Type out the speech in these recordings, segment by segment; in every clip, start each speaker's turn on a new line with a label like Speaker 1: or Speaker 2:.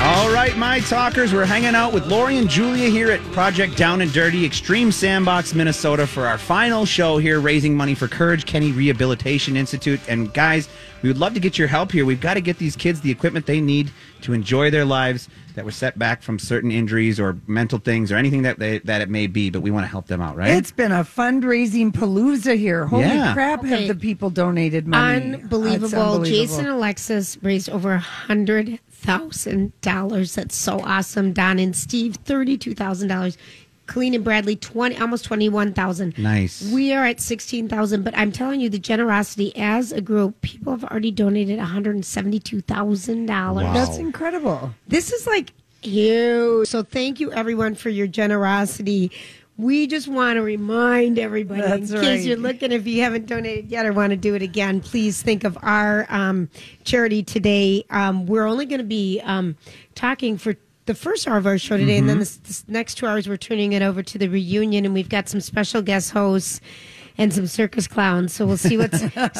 Speaker 1: All right, my talkers, we're hanging out with Lori and Julia here at Project Down and Dirty Extreme Sandbox, Minnesota, for our final show here, raising money for Courage Kenny Rehabilitation Institute. And guys, we would love to get your help here. We've got to get these kids the equipment they need to enjoy their lives that were set back from certain injuries or mental things or anything that they, that it may be. But we want to help them out, right?
Speaker 2: It's been a fundraising palooza here. Holy
Speaker 1: Yeah.
Speaker 2: crap,
Speaker 3: Okay.
Speaker 2: have the people donated money? Uh,
Speaker 3: Unbelievable.
Speaker 2: It's
Speaker 3: Jason Alexis raised over a hundred thousand dollars. That's so awesome. Don and Steve, thirty-two thousand dollars. Colleen and Bradley, twenty almost twenty-one thousand.
Speaker 1: Nice.
Speaker 3: We are at sixteen thousand, but I'm telling you, the generosity as a group, people have already donated one hundred and seventy-two thousand dollars.
Speaker 1: Wow.
Speaker 2: That's incredible.
Speaker 3: This is like huge. So thank you everyone for your generosity. We just want to remind everybody
Speaker 2: That's
Speaker 3: in case
Speaker 2: right.
Speaker 3: you're looking if you haven't donated yet or want to do it again, please think of our um, charity today. Um, we're only going to be um, talking for the first hour of our show today, and then
Speaker 2: Mm-hmm.
Speaker 3: this, this next two hours we're turning it over to the reunion, and we've got some special guest hosts and some circus clowns. So we'll see what's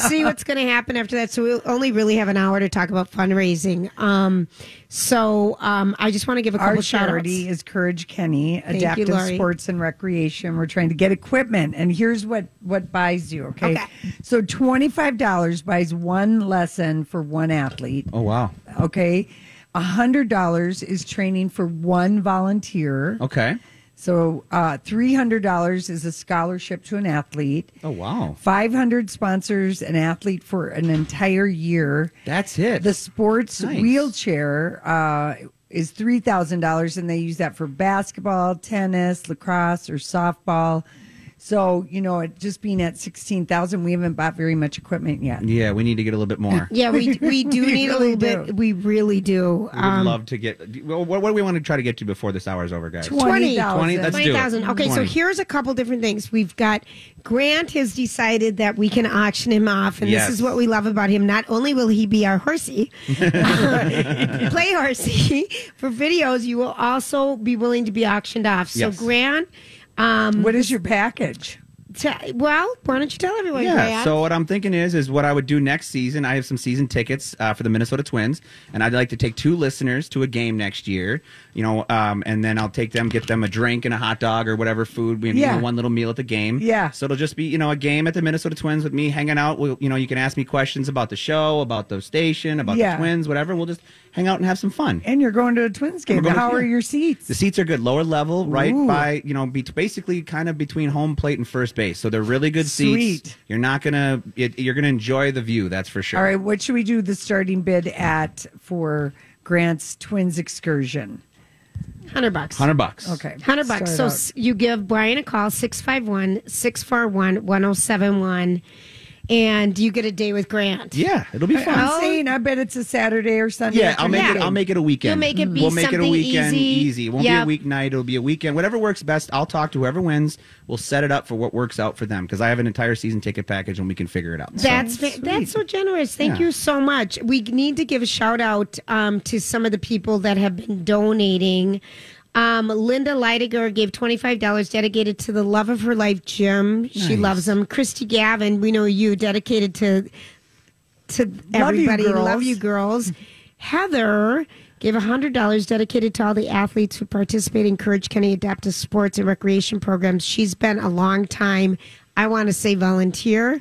Speaker 3: see what's going to happen after that. So we'll only really have an hour to talk about fundraising. Um, so um, I just want to give a couple
Speaker 2: Our
Speaker 3: shout
Speaker 2: charity
Speaker 3: outs.
Speaker 2: is Courage Kenny,
Speaker 3: you,
Speaker 2: Adaptive
Speaker 3: Lori.
Speaker 2: Sports and Recreation. We're trying to get equipment, and here's what what buys you. Okay,
Speaker 3: Okay.
Speaker 2: so twenty five dollars buys one lesson for one athlete.
Speaker 1: oh, wow.
Speaker 2: Okay, hundred dollars is training for one volunteer.
Speaker 1: Okay.
Speaker 2: So uh, three hundred dollars is a scholarship to an athlete.
Speaker 1: Oh, wow.
Speaker 2: 500 sponsors an athlete for an entire year.
Speaker 1: That's it.
Speaker 2: The sports
Speaker 1: Nice.
Speaker 2: wheelchair uh, is $3,000, and they use that for basketball, tennis, lacrosse, or softball. So, you know, it just being at 16,000, we haven't bought very much equipment yet.
Speaker 1: yeah, we need to get a little bit more.
Speaker 3: Yeah, we we do
Speaker 2: We
Speaker 3: need
Speaker 2: really
Speaker 3: a little
Speaker 2: do.
Speaker 3: bit. We really do.
Speaker 1: We would love to get. Well, what, what do we want to try to get to before this hour is over, guys?
Speaker 2: 20,000.
Speaker 1: 20, that's- Let's do it.
Speaker 3: 20,000. Okay, so
Speaker 1: 20.
Speaker 3: here's a couple different things. We've got Grant has decided that we can auction him off, and
Speaker 1: Yes.
Speaker 3: this is what we love about him. Not only will he be our horsey, play horsey for videos, you will also be willing to be auctioned off. So,
Speaker 1: Yes.
Speaker 3: Grant,
Speaker 2: What is your package?
Speaker 3: t- well, why don't you tell everyone,
Speaker 1: Yeah.
Speaker 3: Grant?
Speaker 1: So what I'm thinking is, is what I would do next season. I have some season tickets uh, for the Minnesota Twins, and I'd like to take two listeners to a game next year. You know, um, and then I'll take them, get them a drink and a hot dog or whatever food. We you
Speaker 2: Yeah.
Speaker 1: know, one little meal at the game.
Speaker 2: Yeah.
Speaker 1: So it'll just be you know a game at the Minnesota Twins with me hanging out. We'll, you know, you can ask me questions about the show, about the station, about
Speaker 2: Yeah.
Speaker 1: the Twins, whatever. and We'll just hang out and have some fun.
Speaker 2: And you're going to a Twins game.
Speaker 1: going to-
Speaker 2: How are
Speaker 1: yeah.
Speaker 2: your seats?
Speaker 1: The seats are good, lower level, right
Speaker 2: Ooh.
Speaker 1: by you know, be- basically kind of between home plate and first base. So they're really good seats.
Speaker 2: Sweet.
Speaker 1: You're not gonna, it, you're gonna enjoy the view. That's for sure.
Speaker 2: All right, what should we do the starting bid at for Grant's Twins excursion?
Speaker 3: 100 bucks.
Speaker 1: hundred bucks.
Speaker 2: Okay.
Speaker 3: 100 bucks.
Speaker 2: start
Speaker 3: So
Speaker 2: out.
Speaker 3: s you give Brian a call, 651 641 1071, and you get a day with Grant.
Speaker 1: Yeah, it'll be fun.
Speaker 2: I'm
Speaker 3: Oh.
Speaker 2: saying I bet it's a Saturday or Sunday.
Speaker 1: yeah, I'll make it.
Speaker 2: afternoon.
Speaker 1: I'll make it a weekend.
Speaker 3: You'll make it be
Speaker 1: we'll make it a
Speaker 3: something
Speaker 1: weekend
Speaker 3: easy.
Speaker 1: It won't
Speaker 3: Yep.
Speaker 1: be a weeknight. It'll be a weekend. Whatever works best. I'll talk to whoever wins. We'll set it up for what works out for them because I have an entire season ticket package and we can figure it out. So-
Speaker 3: That's fa- that's so generous. Thank
Speaker 1: Yeah.
Speaker 3: you so much. We need to give a shout out um, to some of the people that have been donating. Um, Linda Leidiger gave twenty five dollars dedicated to the love of her life gym. She loves them. Christy Gavin, we know you dedicated to to everybody.
Speaker 2: girls.
Speaker 3: Love you girls. Heather gave $100 dedicated to all the athletes who participate in Courage County Adaptive Sports and Recreation programs. She's been a long time I want to say volunteer,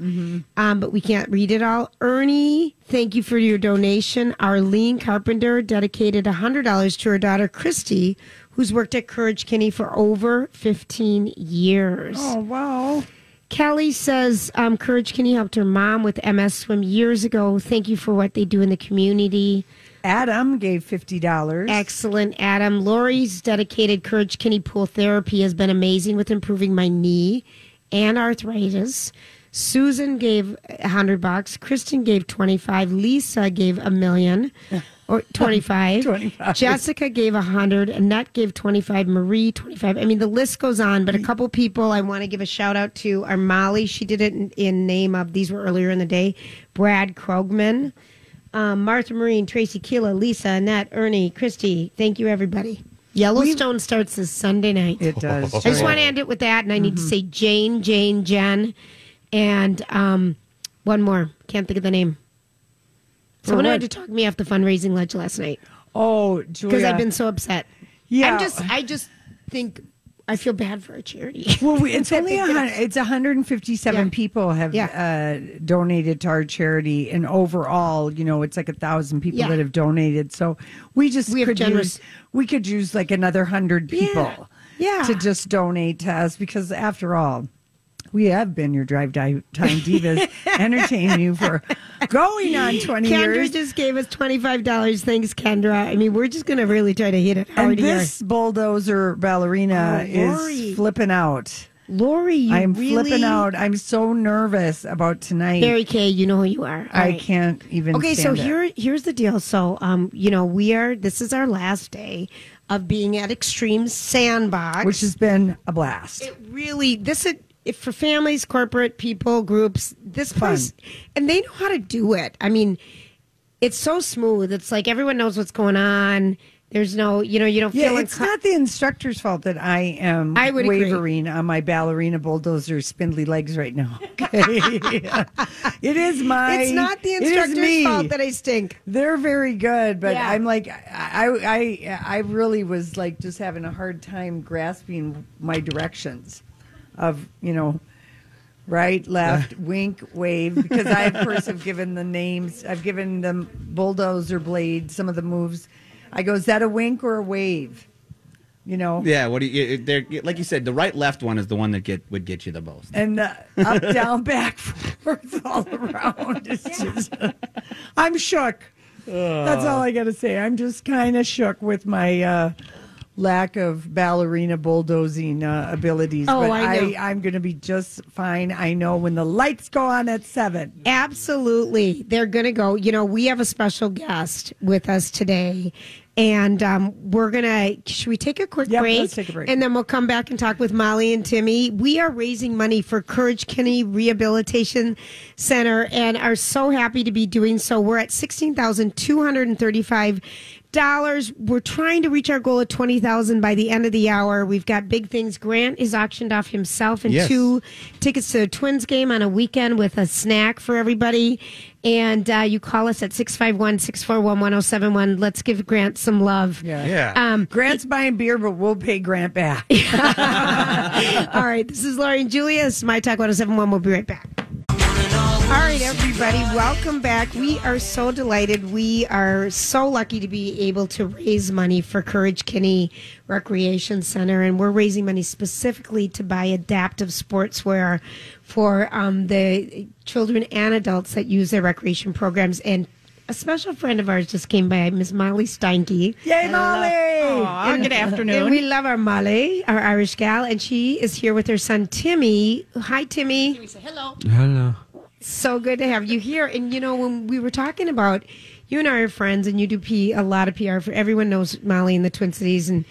Speaker 3: um, but we can't read it all. Ernie, thank you for your donation. Arlene Carpenter dedicated $100 to her daughter, Christy, who's worked at Courage Kinney for over 15 years.
Speaker 2: Oh, wow.
Speaker 3: Kelly says, um, Courage Kinney helped her mom with MS Swim years ago. Thank you for what they do in the community.
Speaker 2: Adam gave $50.
Speaker 3: Excellent, Adam. Lori's dedicated Courage Kinney pool therapy has been amazing with improving my knee and arthritis. Susan gave a hundred bucks. Kristen gave twenty five. Lisa gave a million or twenty five. Jessica gave a hundred. Annette gave twenty five. Marie twenty five. I mean, the list goes on. But a couple people I want to give a shout out to are Molly. She did it in, in name of these were earlier in the day. Brad Krogman um, Martha Marine, Tracy Keela, Lisa, Annette, Ernie, Christy. Thank you, everybody. Yellowstone starts this Sunday night.
Speaker 2: It Mm-hmm. does.
Speaker 3: I just want to end it with that, and I need to say Jane, Jane, Jen, and um, one more. Can't think of the name. Someone
Speaker 2: what?
Speaker 3: had to talk me off the fundraising ledge last night
Speaker 2: oh,
Speaker 3: because
Speaker 2: Julia.
Speaker 3: I've been so upset.
Speaker 2: Yeah.
Speaker 3: I'm just, I just think I feel bad for our charity.
Speaker 2: Well, we, it's
Speaker 3: That
Speaker 2: only
Speaker 3: they
Speaker 2: a
Speaker 3: did it.
Speaker 2: hundred, it's 157
Speaker 3: Yeah.
Speaker 2: people have uh, donated to our charity, and overall, you know, it's like a thousand people
Speaker 3: Yeah.
Speaker 2: that have donated. So we just
Speaker 3: We have
Speaker 2: could
Speaker 3: generous-
Speaker 2: use we could use like another hundred people,
Speaker 3: Yeah.
Speaker 2: to just donate to us because after all. We have been your drive di- time divas, entertaining you for going on twenty
Speaker 3: Kendra
Speaker 2: years.
Speaker 3: just gave us twenty five dollars. Thanks, Kendra. I mean, we're just gonna really try to hit it hard
Speaker 2: and
Speaker 3: here.
Speaker 2: this bulldozer ballerina
Speaker 3: Oh, Lori.
Speaker 2: is flipping out.
Speaker 3: Lori, you
Speaker 2: I'm
Speaker 3: really
Speaker 2: flipping out. I'm so nervous about tonight.
Speaker 3: Barry Kay, you know who you are. All
Speaker 2: I
Speaker 3: right.
Speaker 2: can't even.
Speaker 3: Okay, so
Speaker 2: stand it.
Speaker 3: here here's the deal. So um, you know, we are this is our last day of being at Extreme Sandbox.
Speaker 2: which has been a blast.
Speaker 3: it really this is if for families, corporate people, groups, this place and they know how to do it. I mean, it's so smooth. It's like everyone knows what's going on. There's no, you know, you don't
Speaker 2: Yeah,
Speaker 3: feel
Speaker 2: it's
Speaker 3: unco-
Speaker 2: not the instructor's fault that I am
Speaker 3: I would agree.
Speaker 2: wavering on my ballerina bulldozer spindly legs right now. Okay, it is my.
Speaker 3: It's not the
Speaker 2: it is
Speaker 3: instructor's
Speaker 2: me.
Speaker 3: fault that I stink.
Speaker 2: They're very good, but
Speaker 3: Yeah.
Speaker 2: I'm like I, I I really was like just having a hard time grasping my directions of you know right left wink wave because I of course have given the names I've given them bulldozer blade some of the moves I go is that a wink or a wave you know
Speaker 1: Yeah, what do you? it- They're, like you said, the right left one is the one that get would get you the most.
Speaker 2: and the up down back forth all around it's just uh, I'm shook. That's all I got to say. I'm just kind of shook with my uh, lack of ballerina bulldozing uh, abilities.
Speaker 3: Oh,
Speaker 2: but
Speaker 3: I know.
Speaker 2: I, I'm going to be just fine. I know when the lights go on at seven.
Speaker 3: Absolutely. They're going to go. You know, we have a special guest with us today. And um, we're going to, should we take a quick
Speaker 2: Yep,
Speaker 3: break?
Speaker 2: let's take a break.
Speaker 3: And then we'll come back and talk with Molly and Timmy. We are raising money for Courage Kinney Rehabilitation Center and are so happy to be doing so. We're at $16,235. We're trying to reach our goal of 20000 by the end of the hour. We've got big things. Grant is auctioned off himself and
Speaker 1: Yes.
Speaker 3: two tickets to the Twins game on a weekend with a snack for everybody. And uh, you call us at 651 641 1071. Let's give Grant some love.
Speaker 1: Yeah.
Speaker 2: Grant's buying beer, but we'll pay Grant back.
Speaker 3: All right, this is Laurie and Julia. This is My Talk 1071. We'll be right back. All right, everybody, welcome back. We are so delighted. We are so lucky to be able to raise money for Courage Kinney Recreation Center, and we're raising money specifically to buy adaptive sportswear for um, the children and adults that use their recreation programs. And a special friend of ours just came by, Ms. Molly Steinke. uh,
Speaker 2: Yay, Molly!
Speaker 4: Aw, good
Speaker 3: And
Speaker 4: afternoon.
Speaker 3: we love our Molly, our Irish gal, and she is here with her son Timmy. Hi, Timmy.
Speaker 4: Hello.
Speaker 3: So good to have you here. And you know, when we were talking about you and I are friends, and you do P a lot of PR for everyone knows Molly in the Twin Cities, and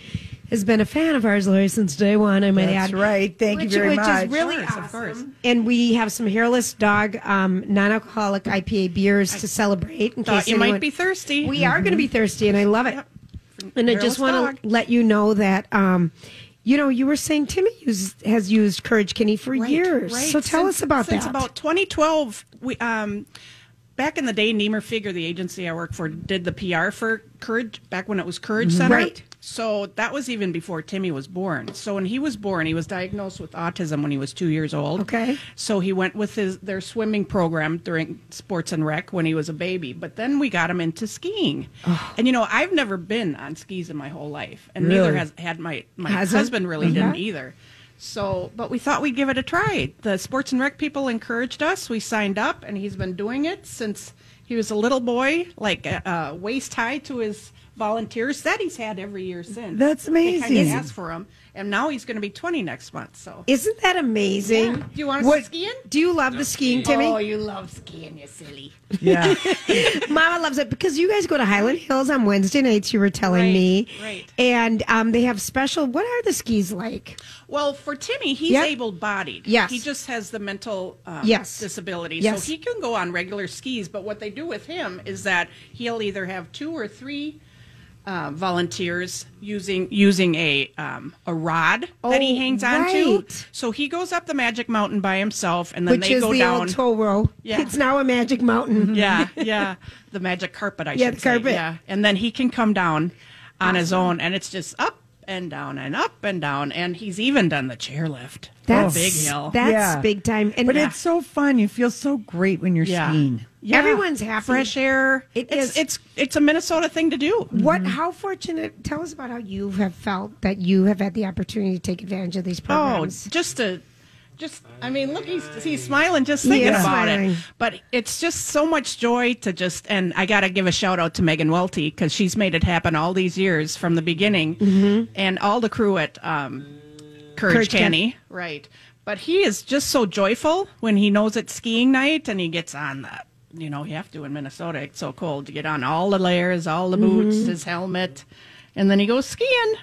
Speaker 3: has been a fan of ours, Larry, since day one. I might
Speaker 2: That's
Speaker 3: add.
Speaker 2: right. Thank you
Speaker 3: which,
Speaker 2: very
Speaker 3: which
Speaker 2: much.
Speaker 3: is really
Speaker 2: Of course,
Speaker 3: awesome. And we have some hairless dog, um, non-alcoholic IPA beers to celebrate. In
Speaker 4: Thought
Speaker 3: case
Speaker 4: you might
Speaker 3: anyone-
Speaker 4: be thirsty. Mm-hmm.
Speaker 3: we are going to be thirsty, and I love it. And I just
Speaker 4: Hairless
Speaker 3: want to
Speaker 4: dog.
Speaker 3: let you know that, um, you know, you were saying Timmy uses, has used Courage Kinney for
Speaker 4: Right,
Speaker 3: years.
Speaker 4: right.
Speaker 3: So tell
Speaker 4: Since-
Speaker 3: us about
Speaker 4: since
Speaker 3: that.
Speaker 4: about 2012, we um, back in the day, Niemer Figure, the agency I work for, did the PR for Courage back when it was Courage Center.
Speaker 3: Mm-hmm. Right.
Speaker 4: So that was even before Timmy was born. So when he was born, he was diagnosed with autism when he was two years old.
Speaker 3: Okay.
Speaker 4: So he went with his their swimming program during sports and rec when he was a baby. But then we got him into skiing.
Speaker 3: Oh.
Speaker 4: And you know, I've never been on skis in my whole life, and neither
Speaker 3: Really?
Speaker 4: has had my my
Speaker 3: Hasn't? Uh-huh.
Speaker 4: husband really didn't either. So, but we thought we'd give it a try. The sports and rec people encouraged us. We signed up, and he's been doing it since he was a little boy, like uh, uh, waist high to his volunteers that he's had every year since.
Speaker 2: That's
Speaker 4: They
Speaker 2: amazing.
Speaker 4: kind of asked for him, and now he's going to be 20 next month. So,
Speaker 3: Isn't that amazing?
Speaker 4: Do you want to
Speaker 3: What-
Speaker 4: ski skiing?
Speaker 3: Do you love the skiing, Timmy?
Speaker 4: Oh, you love skiing, you silly.
Speaker 2: Yeah.
Speaker 3: Mama loves it because you guys go to Highland Hills on Wednesday nights. You were telling
Speaker 4: Mm-hmm. Right,
Speaker 3: me,
Speaker 4: right.
Speaker 3: And um, they have special. What are the skis like?
Speaker 4: Well, for Timmy, he's
Speaker 3: Yep.
Speaker 4: able-bodied.
Speaker 3: Yes.
Speaker 4: he just has the mental um,
Speaker 3: Yes.
Speaker 4: disability,
Speaker 3: Yes.
Speaker 4: so he can go on regular skis. But what they do with him is that he'll either have two or three uh, volunteers using using a um, a rod that he
Speaker 3: Oh,
Speaker 4: hangs on to.
Speaker 3: right.
Speaker 4: So he goes up the Magic Mountain by himself, and then
Speaker 3: Which
Speaker 4: they
Speaker 3: is
Speaker 4: go
Speaker 3: the
Speaker 4: down.
Speaker 3: old toll row.
Speaker 4: Yeah.
Speaker 3: It's now a magic mountain.
Speaker 4: yeah, yeah, the magic carpet. I
Speaker 3: Yeah,
Speaker 4: should
Speaker 3: the
Speaker 4: say.
Speaker 3: carpet.
Speaker 4: Yeah, and then he can come down on his own, and it's just up and down and up and down, and he's even done the chairlift.
Speaker 3: That's
Speaker 4: a Oh, big hill.
Speaker 3: That's
Speaker 2: Yeah.
Speaker 3: big time. And
Speaker 2: But it's so fun. You feel so great when you're
Speaker 4: Yeah.
Speaker 2: skiing.
Speaker 4: Yeah.
Speaker 3: Everyone's happy.
Speaker 4: Fresh air.
Speaker 3: It
Speaker 4: it's,
Speaker 3: is.
Speaker 4: It's it's a Minnesota thing to do.
Speaker 3: what?
Speaker 2: mm-hmm.
Speaker 3: How fortunate? Tell us about how you have felt that you have had the opportunity to take advantage of these
Speaker 4: Oh,
Speaker 3: programs.
Speaker 4: just a. Just, I mean, look, he's, he's smiling just thinking
Speaker 3: is
Speaker 4: about
Speaker 3: smiling.
Speaker 4: it. But it's just so much joy to just, and I got to give a shout out to Megan Welty because she's made it happen all these years from the beginning and all the crew at um, Courage,
Speaker 3: Mm-hmm. Courage Can-
Speaker 4: Canny. Right. But he is just so joyful when he knows it's skiing night and he gets on the, you know, you have to in Minnesota. It's so cold. You get on all the layers, all the boots, his helmet, and then he goes skiing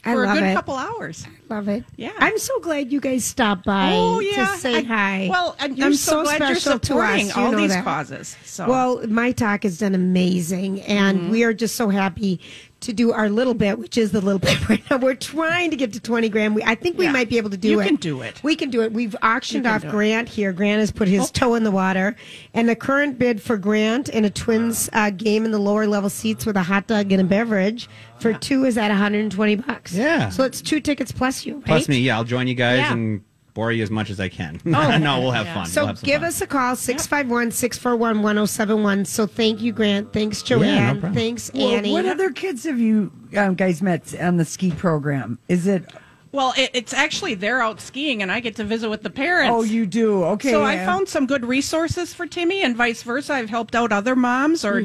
Speaker 3: Mm-hmm. I
Speaker 4: for
Speaker 3: love
Speaker 4: a good
Speaker 3: it.
Speaker 4: couple hours.
Speaker 3: Love it.
Speaker 4: Yeah. Oh,
Speaker 3: I'm so glad you guys stopped by to say
Speaker 4: I-
Speaker 3: hi.
Speaker 4: Well, and you're
Speaker 3: I'm
Speaker 4: so, glad you're
Speaker 3: special to us,
Speaker 4: supporting
Speaker 3: you
Speaker 4: all
Speaker 3: know
Speaker 4: these
Speaker 3: that.
Speaker 4: causes. So. Mm-hmm.
Speaker 3: Well, my talk has done amazing, and we are just so happy to do our little bit, which is the little bit right now. We're trying to get to twenty grand. We, I think we
Speaker 4: Yeah.
Speaker 3: might be able to do
Speaker 4: You
Speaker 3: it.
Speaker 4: can do it.
Speaker 3: We can do it. We've auctioned
Speaker 4: You can
Speaker 3: off
Speaker 4: do it. Oh.
Speaker 3: Grant here. Grant has put his toe in the water, and the current bid for Grant in a Twins uh, game in the lower level seats with a hot dog and a beverage for two is at one hundred and twenty bucks.
Speaker 1: Yeah.
Speaker 3: So it's two tickets plus you. Right?
Speaker 1: Plus me, yeah, I'll join you guys
Speaker 3: Yeah.
Speaker 1: and bore you as much as I can. Oh, no, we'll have fun.
Speaker 3: So
Speaker 1: We'll have some
Speaker 3: give
Speaker 1: fun.
Speaker 3: us a call, 651 641 1071. So thank you, Grant. Thanks, Joanne.
Speaker 1: problem.
Speaker 3: Thanks,
Speaker 2: Well,
Speaker 3: Annie.
Speaker 2: What other kids have you um, guys met on the ski program? Is it? oh,
Speaker 4: well, it, it's actually they're out skiing, and I get to visit with the parents.
Speaker 2: Oh, you do. Okay.
Speaker 4: So I
Speaker 2: yeah.
Speaker 4: found some good resources for Timmy, and vice versa. I've helped out other moms
Speaker 3: Mm-hmm.
Speaker 4: or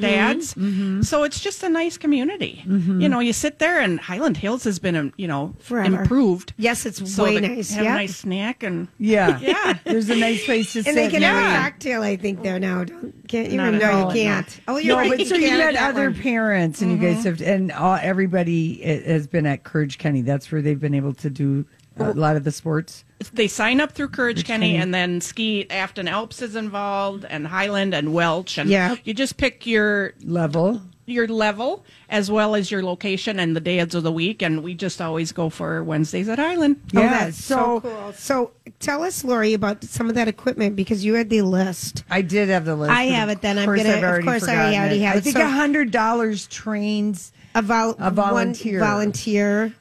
Speaker 4: dads. So it's just a nice community. You know, you sit there, and Highland Hills has been, um, you know,
Speaker 3: Forever.
Speaker 4: improved.
Speaker 3: Yes, it's
Speaker 4: So
Speaker 3: way
Speaker 4: they
Speaker 3: nice.
Speaker 4: Have
Speaker 3: yeah.
Speaker 4: a nice snack and
Speaker 2: Yeah.
Speaker 4: Yeah.
Speaker 2: There's a nice place to sit.
Speaker 3: and they can
Speaker 2: and
Speaker 3: have a
Speaker 2: everything.
Speaker 3: cocktail, I think, there now. Don't, can't you?
Speaker 4: Not at
Speaker 3: no,
Speaker 4: all,
Speaker 3: you can't. Oh, you're
Speaker 2: no,
Speaker 3: right.
Speaker 2: but so you
Speaker 3: can't
Speaker 2: met
Speaker 3: get
Speaker 2: other
Speaker 3: one. Mm-hmm.
Speaker 2: parents, and you guys have, and all, everybody i- has been at Courage County. That's where they've been able to do a lot of the sports.
Speaker 4: they sign up through Courage Kenny, and then Ski Afton Alps is involved, and Highland and Welch, and
Speaker 3: Yeah.
Speaker 4: you just pick your
Speaker 2: Level.
Speaker 3: oh,
Speaker 4: your level as well as your location and the days of the week. And we just always go for Wednesdays at Island.
Speaker 3: Oh,
Speaker 2: Yeah,
Speaker 3: that's so, cool. So tell us, Lori, about some of that equipment because you had the list.
Speaker 2: I did have the list.
Speaker 3: I
Speaker 2: but
Speaker 3: have
Speaker 2: of
Speaker 3: it then. I'm
Speaker 2: course
Speaker 3: gonna-
Speaker 2: I've
Speaker 3: of
Speaker 2: already
Speaker 3: course I
Speaker 2: forgotten
Speaker 3: already have
Speaker 2: I
Speaker 3: it.
Speaker 2: think
Speaker 3: So-
Speaker 2: hundred dollars trains.
Speaker 3: A, vol-
Speaker 2: A volunteer. Mm-hmm.
Speaker 3: One volunteer.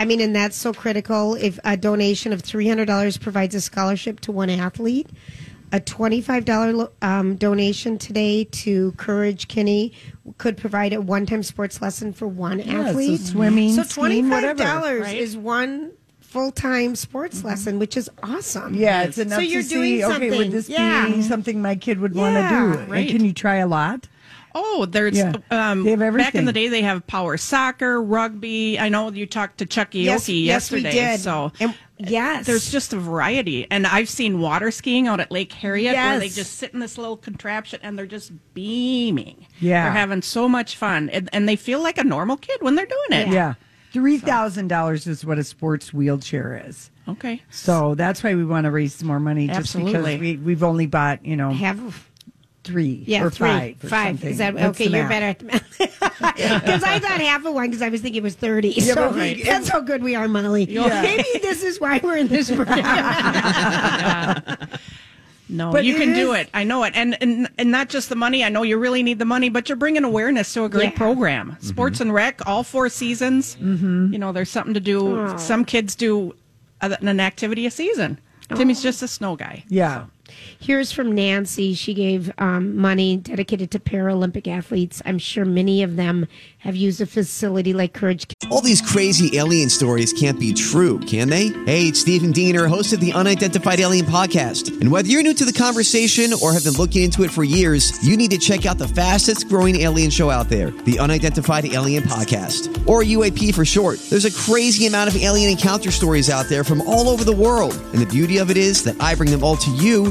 Speaker 3: I mean, and that's so critical. If a donation of $300 provides a scholarship to one athlete, a $25 lo- um, donation today to Courage Kinney could provide a one time sports lesson for one
Speaker 2: Yeah, so
Speaker 3: athlete.
Speaker 2: swimming,
Speaker 3: So
Speaker 2: skiing,
Speaker 3: $25
Speaker 2: whatever, Mm-hmm.
Speaker 4: right?
Speaker 3: is one full time sports lesson, which is awesome.
Speaker 2: Yeah, it's enough
Speaker 3: So you're
Speaker 2: to
Speaker 3: doing
Speaker 2: see. Okay,
Speaker 3: something.
Speaker 2: would this
Speaker 3: Yeah.
Speaker 2: be something my kid would
Speaker 3: Yeah,
Speaker 2: want to do?
Speaker 4: right.
Speaker 2: And can you try a lot?
Speaker 4: Oh, there's
Speaker 2: Yeah.
Speaker 4: um,
Speaker 2: They have
Speaker 4: back in
Speaker 2: everything.
Speaker 4: the day they have power soccer, rugby. I know you talked to Chuck Ioki
Speaker 3: Yes, yes, we
Speaker 4: yesterday,
Speaker 3: did.
Speaker 4: so
Speaker 3: And-
Speaker 2: uh,
Speaker 3: yes.
Speaker 4: there's just a variety. And I've seen water skiing out at Lake Harriet where they
Speaker 2: Yes.
Speaker 4: just sit in this little contraption and they're just beaming.
Speaker 2: Yeah.
Speaker 4: they're having so much fun, and, and they feel like a normal kid when they're doing it.
Speaker 2: Yeah. Three thousand dollars is what a sports wheelchair is.
Speaker 4: Okay.
Speaker 2: So that's why we want to raise some more money just
Speaker 4: Absolutely.
Speaker 2: because we, we've only bought, you know,
Speaker 3: Have
Speaker 2: three
Speaker 3: Yeah,
Speaker 2: or
Speaker 3: three,
Speaker 2: five. or something.
Speaker 3: Is that
Speaker 2: That's
Speaker 3: okay?
Speaker 2: the
Speaker 3: You're
Speaker 2: math.
Speaker 3: better at the math because I thought half of one because I was thinking it was thirty. so
Speaker 2: but we-
Speaker 3: that's how good we are, Molly. Maybe this is why we're in this program.
Speaker 4: No,
Speaker 2: But
Speaker 4: you
Speaker 2: it
Speaker 4: can do
Speaker 2: is-
Speaker 4: it. I know it. And, and and not just the money. I know you really need the money, but you're bringing awareness to a great
Speaker 3: Yeah.
Speaker 4: program. Sports and Rec, all four seasons.
Speaker 2: Mm-hmm.
Speaker 4: You know, there's something to do.
Speaker 2: Oh.
Speaker 4: Some kids do a- an activity a season.
Speaker 2: Oh.
Speaker 4: Timmy's just a snow guy.
Speaker 2: Yeah.
Speaker 3: Here's from Nancy. She gave um, money dedicated to Paralympic athletes. I'm sure many of them have used a facility like Courage
Speaker 5: All these crazy alien stories can't be true, can they? Hey, it's Stephen Diener, host of the Unidentified Alien Podcast. And whether you're new to the conversation or have been looking into it for years, you need to check out the fastest growing alien show out there, the Unidentified Alien Podcast, or UAP for short. There's a crazy amount of alien encounter stories out there from all over the world. And the beauty of it is that I bring them all to you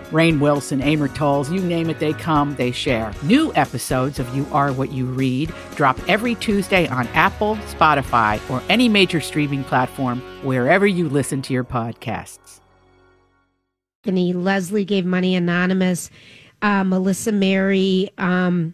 Speaker 6: Rain Wilson, Amor Tolls, you name it, they come, they share. New episodes of You Are What You Read drop every Tuesday on Apple, Spotify, or any major streaming platform wherever you listen to your podcasts.
Speaker 3: Anthony, Leslie gave money anonymous, uh, Melissa Mary, um,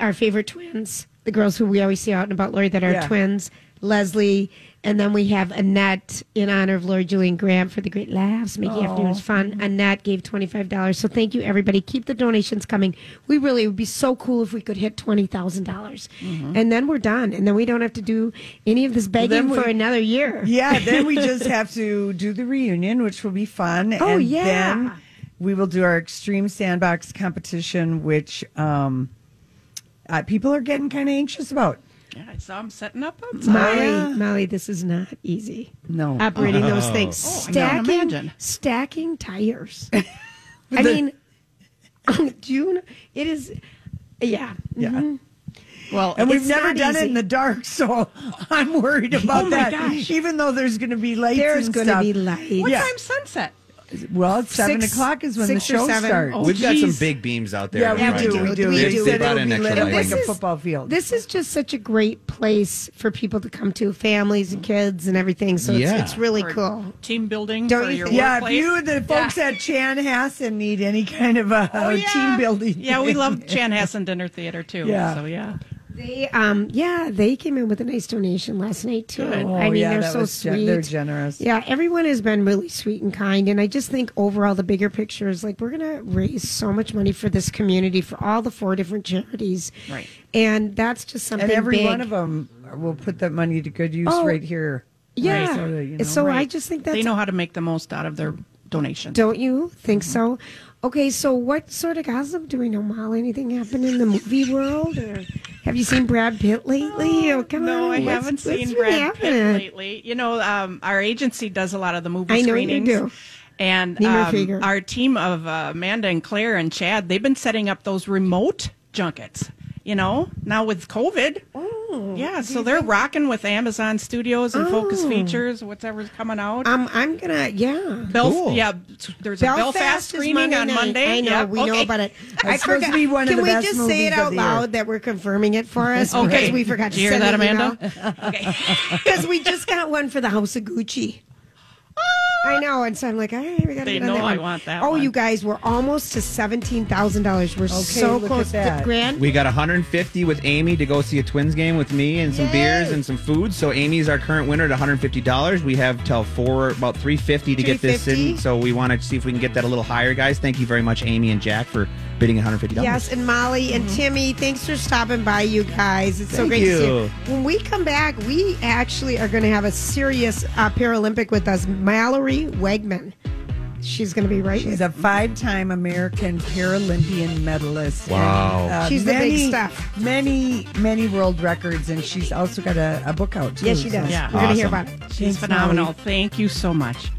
Speaker 3: our favorite twins, the girls who we always see out and about, Lori, that are
Speaker 2: Yeah.
Speaker 3: twins, Leslie, and then we have Annette in honor of Lori Julian Graham for the great laughs, making afternoons
Speaker 2: Mm-hmm.
Speaker 3: fun. Annette gave twenty five dollars, so thank you everybody. Keep the donations coming. We really it would be so cool if we could hit twenty thousand dollars,
Speaker 2: Mm-hmm.
Speaker 3: and then we're done, and then we don't have to do any of this begging
Speaker 2: we-
Speaker 3: for another year.
Speaker 2: Yeah, then we just have to do the reunion, which will be fun.
Speaker 3: Oh,
Speaker 2: and
Speaker 3: yeah.
Speaker 2: Then we will do our extreme sandbox competition, which um, uh, people are getting kind of anxious about.
Speaker 4: Yeah, I saw him setting up outside.
Speaker 3: Molly, Molly, this is not easy.
Speaker 2: Oh, No.
Speaker 3: operating those things,
Speaker 2: Oh,
Speaker 4: I can
Speaker 3: stacking,
Speaker 4: imagine.
Speaker 3: stacking tires. I mean, June. It is, yeah.
Speaker 2: Yeah.
Speaker 4: Well,
Speaker 2: And we've
Speaker 3: It's
Speaker 2: never
Speaker 3: not
Speaker 2: done it
Speaker 3: easy.
Speaker 2: in the dark, so I'm worried about
Speaker 3: my
Speaker 2: that.
Speaker 3: gosh.
Speaker 2: Even though there's going to be lights,
Speaker 3: There's
Speaker 2: and
Speaker 3: gonna
Speaker 2: stuff.
Speaker 3: be lights.
Speaker 4: what
Speaker 2: Yeah.
Speaker 4: time's sunset?
Speaker 2: Well, it's seven
Speaker 3: Six-
Speaker 2: o'clock is when the
Speaker 3: six or
Speaker 2: show
Speaker 3: seven.
Speaker 2: starts.
Speaker 3: Oh,
Speaker 1: We've got some
Speaker 3: geez.
Speaker 1: big beams out there.
Speaker 2: Yeah,
Speaker 1: in
Speaker 2: we
Speaker 3: we
Speaker 2: do.
Speaker 3: do,
Speaker 2: We
Speaker 1: Farmington.
Speaker 2: do.
Speaker 3: we
Speaker 2: They,
Speaker 3: do.
Speaker 2: said
Speaker 1: brought
Speaker 2: it'll
Speaker 1: in
Speaker 2: be
Speaker 1: extra
Speaker 2: lit up
Speaker 1: lights.
Speaker 2: like a football field.
Speaker 3: This is just such a great place for people to come to, families and kids and everything. So
Speaker 1: Yeah.
Speaker 3: it's, it's really
Speaker 4: For
Speaker 3: cool.
Speaker 4: Team building
Speaker 3: Don't
Speaker 4: for
Speaker 3: you
Speaker 4: your
Speaker 3: think-
Speaker 2: yeah, if
Speaker 4: workplace.
Speaker 2: you the folks at Chanhassen need any kind of a
Speaker 4: Oh, yeah.
Speaker 2: team building,
Speaker 4: Yeah, we love Chanhassen Dinner Theater too.
Speaker 2: Yeah.
Speaker 4: So yeah.
Speaker 3: They, um, yeah, they came in with a nice donation last night too.
Speaker 4: Good.
Speaker 3: I
Speaker 2: Oh,
Speaker 3: mean,
Speaker 2: yeah,
Speaker 3: they're
Speaker 2: that
Speaker 3: so
Speaker 2: was
Speaker 3: sweet.
Speaker 2: gen- they're generous.
Speaker 3: Yeah, everyone has been really sweet and kind, and I just think overall the bigger picture is like we're gonna raise so much money for this community for all the four different charities,
Speaker 4: Right.
Speaker 3: And that's just something.
Speaker 2: and every
Speaker 3: big.
Speaker 2: one of them will put that money to good use
Speaker 3: Oh,
Speaker 2: right here.
Speaker 3: yeah.
Speaker 2: So that, you know, Mm-hmm.
Speaker 3: so I
Speaker 2: right.
Speaker 3: just think that's
Speaker 4: They know how to make the most out of their donation.
Speaker 3: Don't you think so? Okay, so what sort of gossip do we know, Molly? Anything happened in the movie world, or have you seen Brad Pitt lately? Oh, come
Speaker 4: no,
Speaker 3: on,
Speaker 4: I
Speaker 3: what's-
Speaker 4: haven't
Speaker 3: what's
Speaker 4: seen
Speaker 3: really
Speaker 4: Brad Pitt
Speaker 3: happening?
Speaker 4: lately. You know, um, our agency does a lot of the movie
Speaker 3: I know you
Speaker 4: screenings.
Speaker 3: do.
Speaker 4: And
Speaker 3: Neiman
Speaker 4: um,
Speaker 3: Figer.
Speaker 4: our team of uh, Amanda and Claire and Chad, they've been setting up those remote junkets. You know, now with COVID.
Speaker 3: Oh,
Speaker 4: yeah, so they're rocking with Amazon Studios and Focus Features, whatever's coming out.
Speaker 3: Um, I'm gonna, yeah.
Speaker 4: Belf- Yeah, there's a Belfast
Speaker 3: is
Speaker 4: screening on
Speaker 3: night.
Speaker 4: Monday.
Speaker 3: I know
Speaker 4: Yep,
Speaker 3: we know
Speaker 4: okay.
Speaker 3: about it.
Speaker 2: It's supposed to be one of
Speaker 3: Can
Speaker 2: the
Speaker 3: we
Speaker 2: best
Speaker 3: just say it
Speaker 2: movies of
Speaker 3: out
Speaker 2: the year.
Speaker 3: loud that we're confirming it for us?
Speaker 4: Okay.
Speaker 3: Because we forgot to
Speaker 4: Did you hear that,
Speaker 3: send an email.
Speaker 4: Amanda? okay.
Speaker 3: Because we just got one for the House of Gucci. I know, and so I'm like, hey, we gotta
Speaker 4: Ah. They
Speaker 3: get on
Speaker 4: know
Speaker 3: that
Speaker 4: I
Speaker 3: one.
Speaker 4: want that
Speaker 3: Oh,
Speaker 4: one.
Speaker 3: you guys, we're almost to seventeen thousand dollars. We're so
Speaker 2: look at
Speaker 3: close to
Speaker 2: that.
Speaker 3: grand.
Speaker 1: We got 150 with Amy to go see a Twins game with me and some beers and some food. So Amy's our current winner at 150. dollars We have till four about 350 to get this in.
Speaker 3: 350?
Speaker 1: So we want to see if we can get that a little higher, guys. Thank you very much, Amy and Jack, for bidding 150. dollars
Speaker 3: Yes, and Molly and Timmy, thanks for stopping by, you guys. It's so
Speaker 1: Mm-hmm. Thank
Speaker 3: great to see
Speaker 1: you.
Speaker 3: you. When we come back, we actually are going to have a serious uh, Paralympic with us, Mallory Wegman. She's going to be right
Speaker 2: She's
Speaker 3: with
Speaker 2: a five-time American Paralympian medalist.
Speaker 1: Wow.
Speaker 2: uh,
Speaker 3: She's the big stuff.
Speaker 2: Many, many world records, and she's also got a, a book out. Too,
Speaker 3: Yes, she
Speaker 2: so-
Speaker 3: does.
Speaker 4: Yeah.
Speaker 3: We're going to hear
Speaker 1: Awesome.
Speaker 3: about it.
Speaker 4: She's
Speaker 2: Thanks,
Speaker 4: phenomenal.
Speaker 2: Molly.
Speaker 4: Thank you so much.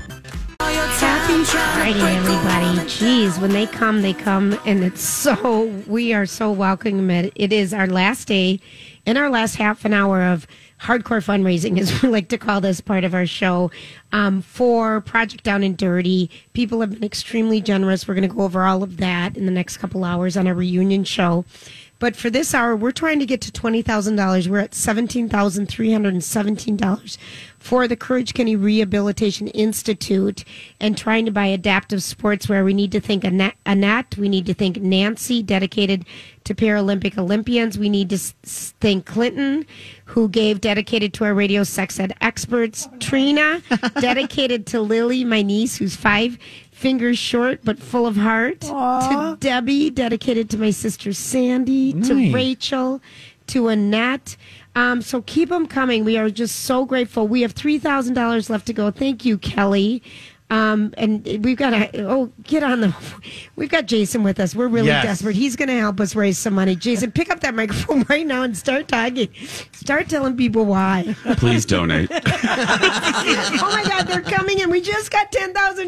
Speaker 3: Happy Friday, everybody. Jeez, when they come, they come. And it's so, we are so welcoming. It, it is our last day and our last half an hour of hardcore fundraising, as we like to call this part of our show, um, for Project Down and Dirty. People have been extremely generous. We're going to go over all of that in the next couple hours on our reunion show. But for this hour, we're trying to get to $20,000. We're at $17,317 for the Courage Kenny Rehabilitation Institute and trying to buy adaptive sportswear. We need to think Ana- Annette. We need to think Nancy, dedicated to Paralympic Olympians. We need to s- s- thank Clinton, who gave dedicated to our radio sex ed experts. Trina, dedicated to Lily, my niece, who's five fingers short but full of heart. To Debbie, dedicated to my sister Sandy. To Rachel, to Annette. Um, so keep them coming. We are just so grateful. We have three thousand dollars left to go. Thank you, Kelly. Um, and we've got a oh get on the we've got Jason with us. We're really
Speaker 1: Yes.
Speaker 3: desperate. He's going to help us raise some money. Jason, pick up that microphone right now and start talking. Start telling people why.
Speaker 7: Please donate.
Speaker 3: oh my God, they're coming and we just got ten thousand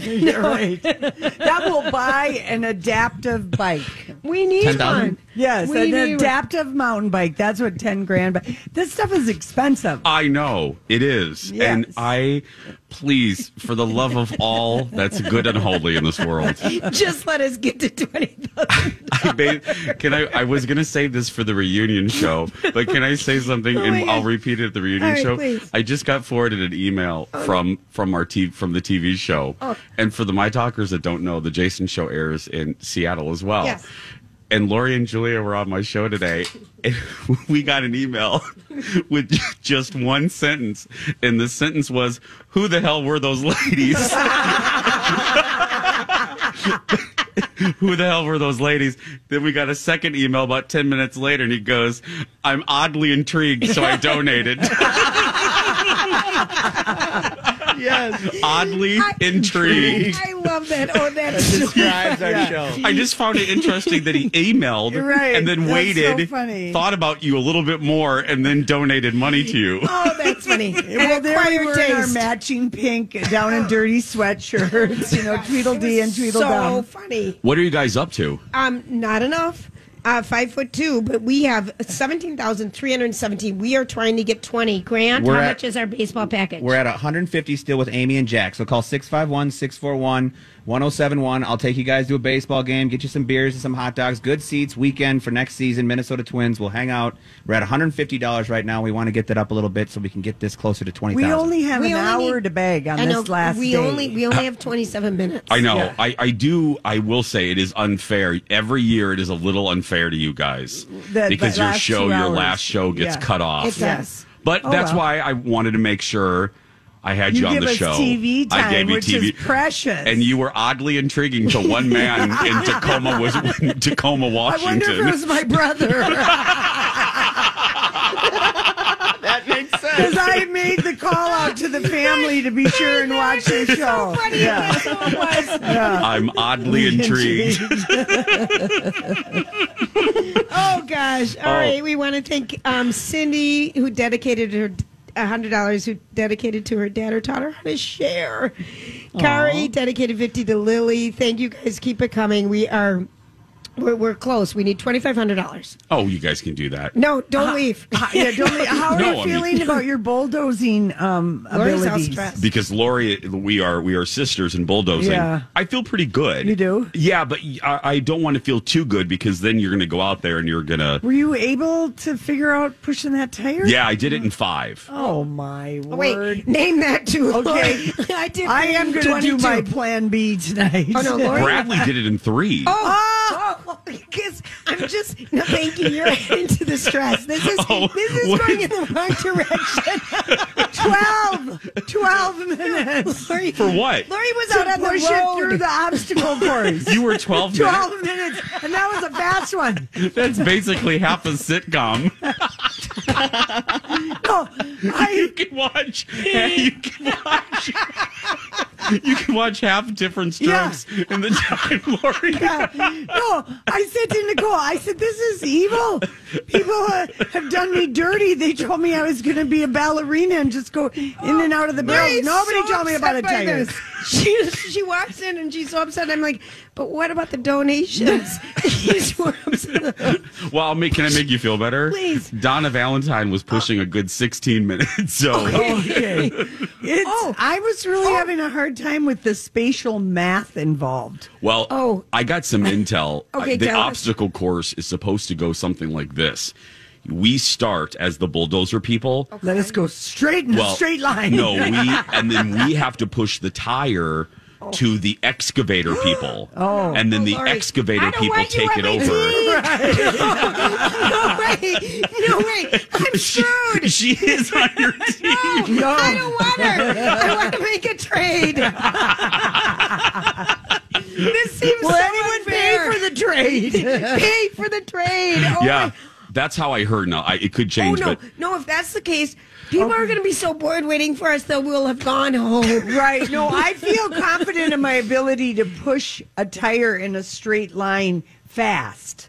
Speaker 2: that will buy an adaptive bike.
Speaker 3: We need
Speaker 7: 10,000?
Speaker 3: one.
Speaker 2: Yes,
Speaker 3: we
Speaker 2: an
Speaker 3: need one.
Speaker 2: adaptive mountain bike. That's what ten grand. But this stuff is expensive.
Speaker 7: I know it is, Uh, and
Speaker 2: Yes.
Speaker 7: I please, for the love of all that's good and holy in this world,
Speaker 3: Just let us get to twenty thousand.
Speaker 7: I ba- can I? I was gonna save this for the reunion show, but can I say something?
Speaker 3: Oh my
Speaker 7: and I'll
Speaker 3: God.
Speaker 7: repeat it at the reunion
Speaker 3: All right,
Speaker 7: show.
Speaker 3: please.
Speaker 7: I just got forwarded an email from from our t- from the TV show, and for the my talkers that don't know, the Jason show airs in Seattle as
Speaker 1: Oh.
Speaker 7: well.
Speaker 3: Yes.
Speaker 7: And Lori and Julia were on my show today, and we got an email with just one sentence, and the sentence was, "Who the hell were those ladies?" who the hell were those ladies? Then we got a second email about 10 minutes later, and he goes, I'm oddly intrigued, so I donated.
Speaker 1: Yes.
Speaker 7: oddly intrigued.
Speaker 3: I love that. Oh, that's
Speaker 1: Describes our show.
Speaker 7: I just found it interesting that he emailed
Speaker 2: Right.
Speaker 7: and then
Speaker 2: That's so
Speaker 7: waited,
Speaker 2: funny.
Speaker 7: thought about you a little bit more, and then donated money to you.
Speaker 3: oh, that's funny.
Speaker 2: well,
Speaker 3: And
Speaker 2: there we
Speaker 3: acquire
Speaker 2: were in our
Speaker 3: taste.
Speaker 2: matching pink down and dirty sweatshirts. You know, Tweedledee and Tweedledum.
Speaker 3: So funny.
Speaker 7: What are you guys up to?
Speaker 3: Um, not enough. Uh, five foot two, but we have seventeen thousand three hundred seventeen. We are trying to get twenty. Grant,
Speaker 1: We're
Speaker 3: how
Speaker 1: at-
Speaker 3: much is our baseball package?
Speaker 1: We're at 150 still with Amy and Jack. So call 651 641 1071. I'll take you guys to a baseball game, get you some beers and some hot dogs, good seats, weekend for next season. Minnesota Twins, we'll hang out. We're at $150 right now. We want to get that up a little bit so we can get this closer to 20000
Speaker 2: we only have
Speaker 3: We
Speaker 2: an
Speaker 3: only
Speaker 2: hour
Speaker 3: need-
Speaker 2: to bag on
Speaker 3: I know,
Speaker 2: this last
Speaker 3: we
Speaker 2: day.
Speaker 3: only we only have twenty seven minutes.
Speaker 7: I know. I, I do. I will say it is unfair. Every year, it is a little unfair to you guys
Speaker 2: The-
Speaker 7: because
Speaker 2: the
Speaker 7: your
Speaker 2: last
Speaker 7: show,
Speaker 2: two
Speaker 7: your
Speaker 2: hours.
Speaker 7: last show gets
Speaker 2: Yeah.
Speaker 7: cut off.
Speaker 3: It does.
Speaker 7: But
Speaker 2: Oh,
Speaker 7: that's
Speaker 2: well.
Speaker 7: why I wanted to make sure I had you,
Speaker 2: You
Speaker 7: on
Speaker 2: give
Speaker 7: the
Speaker 2: us
Speaker 7: show.
Speaker 2: TV
Speaker 7: I gave
Speaker 2: time,
Speaker 7: you
Speaker 2: which
Speaker 7: TV.
Speaker 2: is precious.
Speaker 7: And you were oddly intriguing to one man in Tacoma, was Tacoma,
Speaker 2: I wonder if
Speaker 7: Washington.
Speaker 2: it was my brother
Speaker 1: That makes
Speaker 2: because I made the call out to the family to be sure and watch the show. yeah.
Speaker 7: I'm oddly intrigued.
Speaker 3: Oh gosh! All
Speaker 7: Oh.
Speaker 3: right, we want to thank um, Cindy who dedicated her hundred dollars, who dedicated to her dad or taught her how to share. Kari dedicated fifty to Lily. Thank you guys. Keep it coming. We are. We're, we're close. We need twenty five hundred dollars.
Speaker 7: Oh, you guys can do that.
Speaker 3: No, don't leave.
Speaker 2: yeah, don't leave. How are
Speaker 7: No,
Speaker 2: you
Speaker 7: I mean-
Speaker 2: feeling about your bulldozing um,
Speaker 3: Lori's all
Speaker 2: abilities?
Speaker 3: stressed.
Speaker 7: because Lori, we are we are sisters in bulldozing.
Speaker 2: Yeah.
Speaker 7: I feel pretty good.
Speaker 2: You do?
Speaker 7: Yeah, but I, I don't want to feel too good because then you're going to go out there and you're going to.
Speaker 2: Were you able to figure out pushing that tire?
Speaker 7: Yeah, I did it in five.
Speaker 2: Oh my word!
Speaker 3: Wait, name that too.
Speaker 2: Okay.
Speaker 3: Lori. I did.
Speaker 2: I am going to do
Speaker 3: 22.
Speaker 2: my Plan B tonight.
Speaker 3: Oh no, Lori.
Speaker 7: Bradley did it in three.
Speaker 3: Oh, because I'm just no, thank you. You're adding to the stress. This is
Speaker 7: Oh,
Speaker 3: this is
Speaker 7: what-
Speaker 3: going in the wrong direction.
Speaker 2: 12, 12 minutes.
Speaker 3: Lori,
Speaker 7: For what?
Speaker 3: Lori was
Speaker 2: to
Speaker 3: out on the
Speaker 2: push it
Speaker 3: road.
Speaker 2: through the obstacle course.
Speaker 7: You were 12 minutes.
Speaker 2: 12 minutes, and that was a fast one.
Speaker 7: That's basically half a sitcom.
Speaker 2: No,
Speaker 7: you
Speaker 2: Oh, I,
Speaker 7: can watch. You can watch. You can watch half different
Speaker 2: Yeah.
Speaker 7: strokes in the time, Lori.
Speaker 2: no,
Speaker 3: Oh,
Speaker 2: I said to Nicole, I said, this is evil. People uh, have done me dirty. They told me I was going to be a ballerina and just go in and out of the barrels.
Speaker 3: Lori's
Speaker 2: Nobody
Speaker 3: so
Speaker 2: told me about a
Speaker 3: upset by
Speaker 2: tiger.
Speaker 3: this. She she walks in and she's so upset. I'm like, but what about the donations? she's more upset.
Speaker 7: Well, I'll make, can I make you feel better?
Speaker 3: Please.
Speaker 7: Donna Valentine was pushing a good 16 minutes, so
Speaker 3: Oh,
Speaker 2: Okay. It's, I was really having a hard hard time with the spatial math involved.
Speaker 7: Well,
Speaker 2: Oh.
Speaker 7: I got some intel.
Speaker 2: Okay,
Speaker 7: Uh, the
Speaker 2: tell us.
Speaker 7: obstacle course is supposed to go something like this. We start as the bulldozer people.
Speaker 2: Let us go straight in
Speaker 7: Well,
Speaker 2: the straight line.
Speaker 7: No, we and then we have to push the tire to the excavator people. oh, and then the
Speaker 3: Lori, I
Speaker 7: excavator
Speaker 3: don't
Speaker 7: people
Speaker 3: want you
Speaker 7: take
Speaker 3: on
Speaker 7: it
Speaker 3: my
Speaker 7: over.
Speaker 3: team. no, no way. No way. I'm
Speaker 7: She,
Speaker 3: screwed.
Speaker 7: she is on your team.
Speaker 3: I don't want her. I want to make a trade. this seems
Speaker 2: Will
Speaker 3: so
Speaker 2: anyone pay
Speaker 3: unfair.
Speaker 2: for the trade?
Speaker 3: pay for the trade. Oh
Speaker 7: Yeah,
Speaker 3: my-
Speaker 7: that's how I heard. Now I, it could
Speaker 3: Oh
Speaker 7: change,
Speaker 3: no,
Speaker 7: but
Speaker 3: no! If that's the case, people are going to be so bored waiting for us that we'll have gone home.
Speaker 2: right. No, I feel confident in my ability to push a tire in a straight line fast,